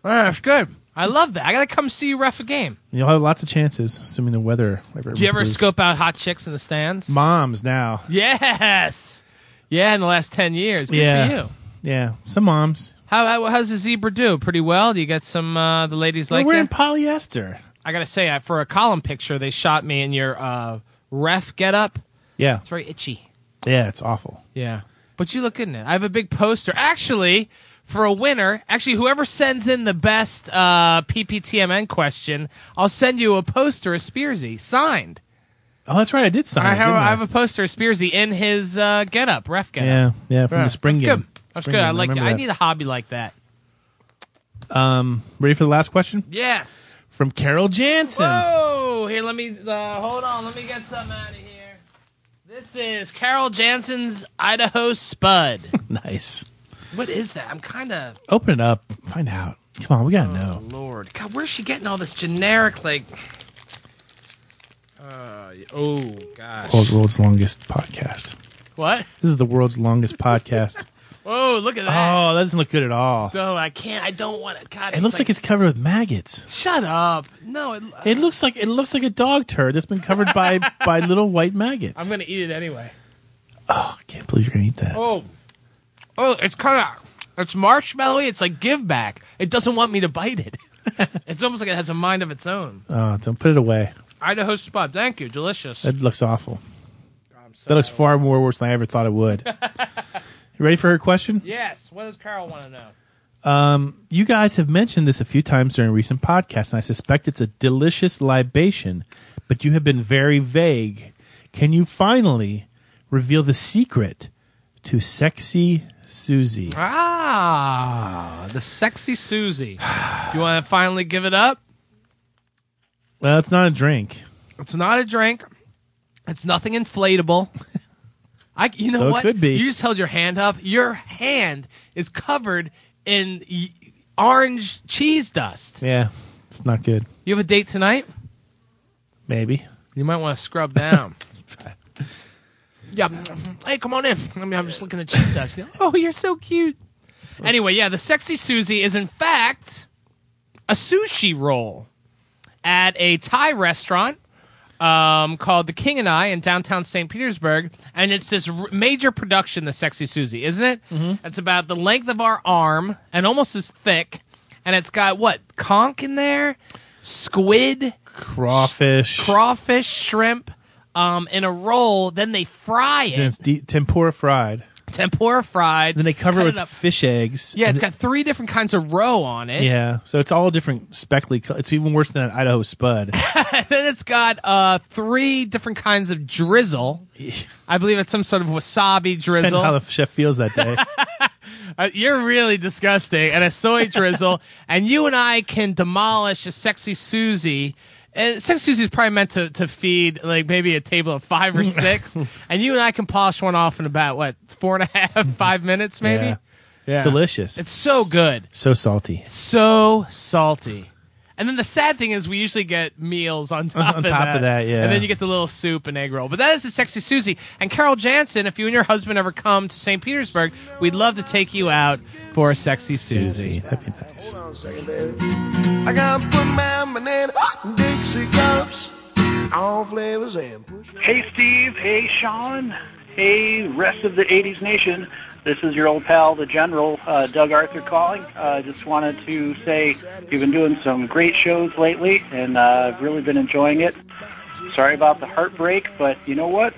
H: Ah, that's good. I love that. I gotta come see you ref a game.
I: You'll have lots of chances, assuming the weather.
H: Do you ever scope out hot chicks in the stands?
I: moms now?
H: Yes. Yeah, in the last ten years. Good
I: yeah,
H: for you.
I: yeah. Some moms.
H: How, how how's the zebra do? Pretty well. Do you get some uh, the ladies
I: We're
H: like
I: wearing
H: you?
I: polyester.
H: I gotta say, I, for a column picture, they shot me in your uh, ref getup.
I: Yeah,
H: It's very itchy.
I: yeah. It's awful.
H: Yeah, but you look good in it. I have a big poster actually for a winner. Actually, whoever sends in the best uh, PPTMN question, I'll send you a poster of Spearsy signed.
I: Oh, that's right. I did sign.
H: I
I: it,
H: have,
I: didn't
H: I have a poster of Spearsy in his uh, getup, ref getup.
I: Yeah, yeah, from the spring
H: That's
I: game.
H: Good. That's
I: Spring
H: good.
I: game,
H: I
I: I
H: like. it.
I: remember
H: I
I: that.
H: need a hobby like that.
I: Um, ready for the last question?
H: Yes.
I: From Carol Jansen.
H: Whoa! Here, let me uh, hold on. Let me get something out of here. This is Carol Jansen's Idaho Spud.
I: Nice.
H: *laughs* what is that? I'm kind of
I: Open it up. Find out. Come on, we gotta know.
H: Oh, Lord, God, where's she getting all this generic like? Uh, oh gosh!
I: World's, world's longest podcast.
H: What?
I: This is the world's longest podcast.
H: Whoa! Look at
I: *laughs*
H: that!
I: Oh, that doesn't look good at all.
H: No, I can't. I don't want it. God,
I: It looks like it's covered with maggots.
H: Shut up! No, it,
I: It looks like it looks like a dog turd that's been covered *laughs* by by little white maggots.
H: I'm gonna eat it anyway.
I: I can't believe you're gonna eat that.
H: Oh, oh, it's kind of it's marshmallowy. It's like give back. It doesn't want me to bite it. *laughs* it's almost like it has a mind of its own.
I: Oh, don't put it away.
H: Idaho spot. Thank you. Delicious.
I: That looks awful. That looks far more worse than I ever thought it *laughs* would. you ready for her question?
H: yes. What does Carol want to know?
I: Um, you guys have mentioned this a few times during recent podcasts, and I suspect it's a delicious libation, but you have been very vague. Can you finally reveal the secret to sexy Susie?
H: Ah, the sexy Susie. you want to finally give it up?
I: Well, it's not a drink.
H: It's not a drink. It's
I: *laughs*
H: nothing inflatable. I, you know
I: Though it
H: what?
I: could be.
H: You just held your hand up. Your hand is covered in y- orange cheese dust.
I: Yeah, it's not good.
H: You have a date tonight.
I: Maybe.
H: You might want to scrub down. *laughs* yeah. Hey, come on in. I mean, I'm just looking at cheese dust. *laughs* Oh, you're so cute. Anyway, yeah, the sexy Susie is in fact a sushi roll at a Thai restaurant um, called The King and I in downtown St. Petersburg, and it's this r- major production, The Sexy Susie, isn't it? Mm-hmm. It's about the length of our arm and almost as thick, and it's got what conch in there, squid,
I: Crawfish.
H: crawfish, shrimp, um, in a roll. Then they fry it,
I: Then it's de- tempura fried.
H: tempura fried.
I: Then they cover
H: cut
I: it with
H: up.
I: fish eggs.
H: Yeah,
I: And
H: it's got three different kinds of roe on it. *laughs*
I: Yeah, so it's all different speckly. co- It's even worse than an Idaho
H: *laughs*
I: Spud.
H: then it's got uh, three different kinds of drizzle. I believe it's some sort of wasabi
I: Depends
H: drizzle.
I: how the chef feels that
H: *laughs*
I: day.
H: Uh, you're really disgusting. And a
I: *laughs*
H: soy drizzle. And you and I can demolish a sexy Susie. And sexy Susie is probably meant to, to feed like maybe a table of five
I: *laughs*
H: or six. and you and I can polish one off in about, what, four and
I: *laughs*
H: a half, five minutes maybe?
I: Yeah. Delicious.
H: It's so good.
I: so salty.
H: So salty. And then the sad thing is, we usually get meals on
I: *laughs*
H: top,
I: on top of that, yeah.
H: And then you get the little soup and egg roll. But that is the Sexy Susie. And Carol Jansen, if you and your husband ever come to St. Petersburg, we'd love to take you out for a Sexy Susie.
I: That'd be nice.
O: Hold on a second, baby. I got put my banana in Dixie cups, all flavors and
T: Hey, Steve. Hey, Sean. Hey, rest of the 80s nation. This is your old pal, the General, uh, Doug Arthur calling. uh, just wanted to say you've been doing some great shows lately, and uh, I've really been enjoying it. Sorry about the heartbreak, but you know what?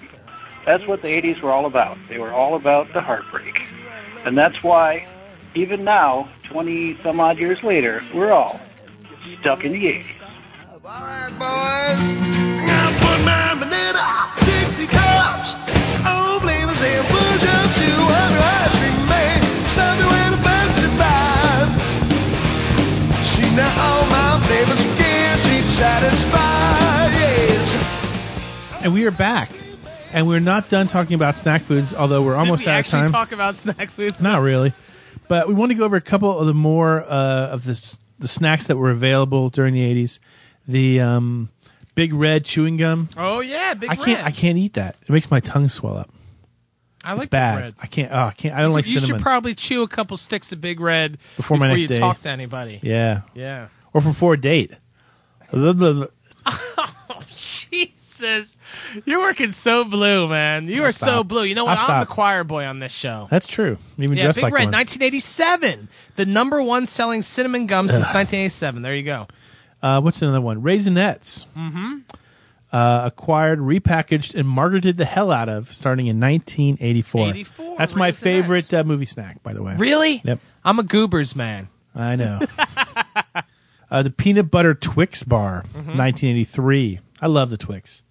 T: That's what the 80s were all about. They were all about the heartbreak. And that's why, even now, 20 some odd years later, we're all stuck in the 80s.
O: boys. I got put my banana in Dixie cups, Oh, all flavors and push up to her ice cream man. Stop me when the bugs are five. She now all my flavors guaranteed satisfied. Yes.
I: And we are back. And we're not done talking about snack foods, although we're almost
H: Did we
I: out of
H: actually
I: time.
H: talk about snack foods?
I: not really. But we want to go over a couple of the more uh, of the, s- the snacks that were available during the 80s. The um, Big Red chewing gum.
H: Oh, yeah. Big
I: I can't
H: Red.
I: I can't eat that. It makes my tongue swell up.
H: I like
I: it's
H: Big
I: bad.
H: Red.
I: I can't oh, I can't I don't like
H: you
I: cinnamon.
H: should probably chew a couple sticks of Big Red
I: before my next
H: you
I: day.
H: talk to anybody.
I: Yeah.
H: Yeah. *laughs*
I: Or before a date. Blah, blah, blah.
H: Jesus. You're working so blue, man. You
I: I'll
H: are so
I: stop.
H: blue. You know
I: I'll
H: what? I'm
I: stop.
H: the choir boy on
I: *laughs*
H: this show.
I: That's true. I'm even
H: yeah,
I: dressed
H: Big
I: like
H: Red,
I: one.
H: 1987. The number one selling
I: *sighs*
H: cinnamon gum since
I: Ugh.
H: 1987. There you go.
I: Uh, what's another one? Raisinets.
H: Mm-hmm.
I: Uh, acquired, repackaged, and marketed the hell out of starting in 1984.
H: 84,
I: That's my favorite uh, movie snack, by the way.
H: Really?
I: Yep.
H: I'm a goobers man.
I: I know. uh, the peanut butter Twix bar,
H: Mm-hmm.
I: 1983. I love the Twix.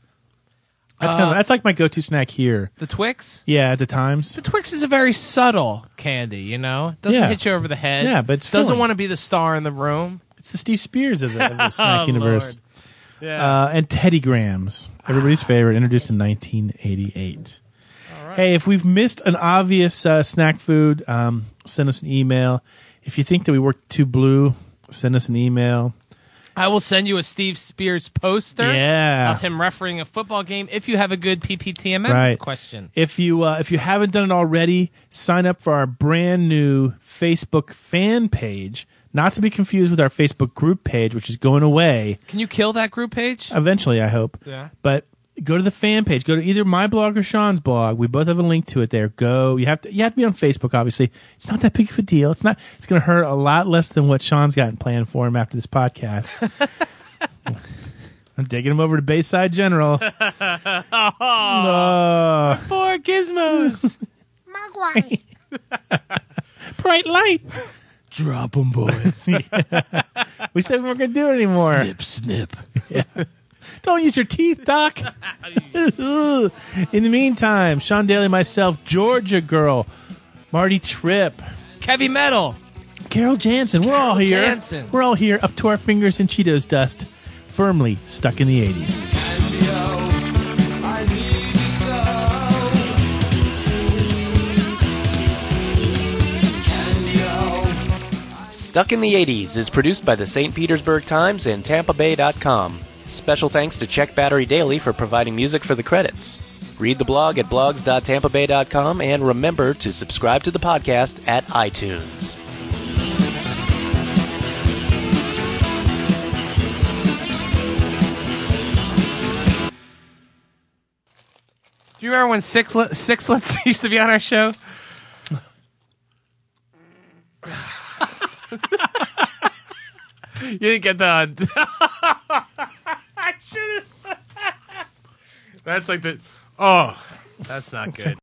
I: That's kind
H: Uh,
I: of, that's like my go-to snack here.
H: The Twix?
I: Yeah, at the times.
H: The Twix is a very subtle candy, you know? It Doesn't
I: Yeah.
H: hit you over the head.
I: Yeah, but it's
H: doesn't
I: filling.
H: want to be the star in the room.
I: It's the Steve Spears of the, of
H: *laughs*
I: the snack
H: Oh,
I: universe.
H: Lord. Ah. Yeah.
I: Uh, and Teddy Grahams, everybody's favorite, introduced in 1988. Hey, if we've missed an obvious uh, snack food, um, send us an email. If you think that we worked too blue, send us an email.
H: I will send you a Steve Spears poster
I: Yeah.
H: of him refereeing a football game if you have a good PPTMM
I: right.
H: question.
I: If you uh, if you haven't done it already, sign up for our brand new Facebook fan page. Not to be confused with our Facebook group page, which is going away.
H: Can you kill that group page?
I: Eventually, I hope.
H: Yeah.
I: But go to the fan page. Go to either my blog or Sean's blog. We both have a link to it there. Go. You have to. You have to be on Facebook. Obviously, it's not that big of a deal. It's not. It's going to hurt a lot less than what Sean's got planned for him after this
H: *laughs*
I: podcast. I'm taking him over to Bayside
H: *laughs*
I: General. *laughs* No.
H: Four gizmos. Mogwai.
I: Bright light.
H: Drop them, boys.
I: *laughs* we said we weren't going to do it anymore.
H: Snip, snip.
I: Yeah. *laughs* Don't use your teeth,
H: *laughs*
I: Doc. In the meantime, Sean Daly, myself, Georgia Girl, Marty Tripp,
H: Kevy Metal.
I: Carol Jansen. We're all here.
H: Jansen.
I: We're all here up to our fingers in Cheetos dust, firmly stuck in the 80s.
O: I need you so.
C: Stuck in the 80s is produced by the St. Petersburg Times and TampaBay.com. Special thanks to Check Battery Daily for providing music for the credits. Read the blog at blogs.tampabay.com and remember to subscribe to the podcast at iTunes.
H: Do you remember when Sixlet, Sixlets *laughs* used to be on our show? you didn't get that. *laughs* *laughs* That's like the. Oh, that's not good.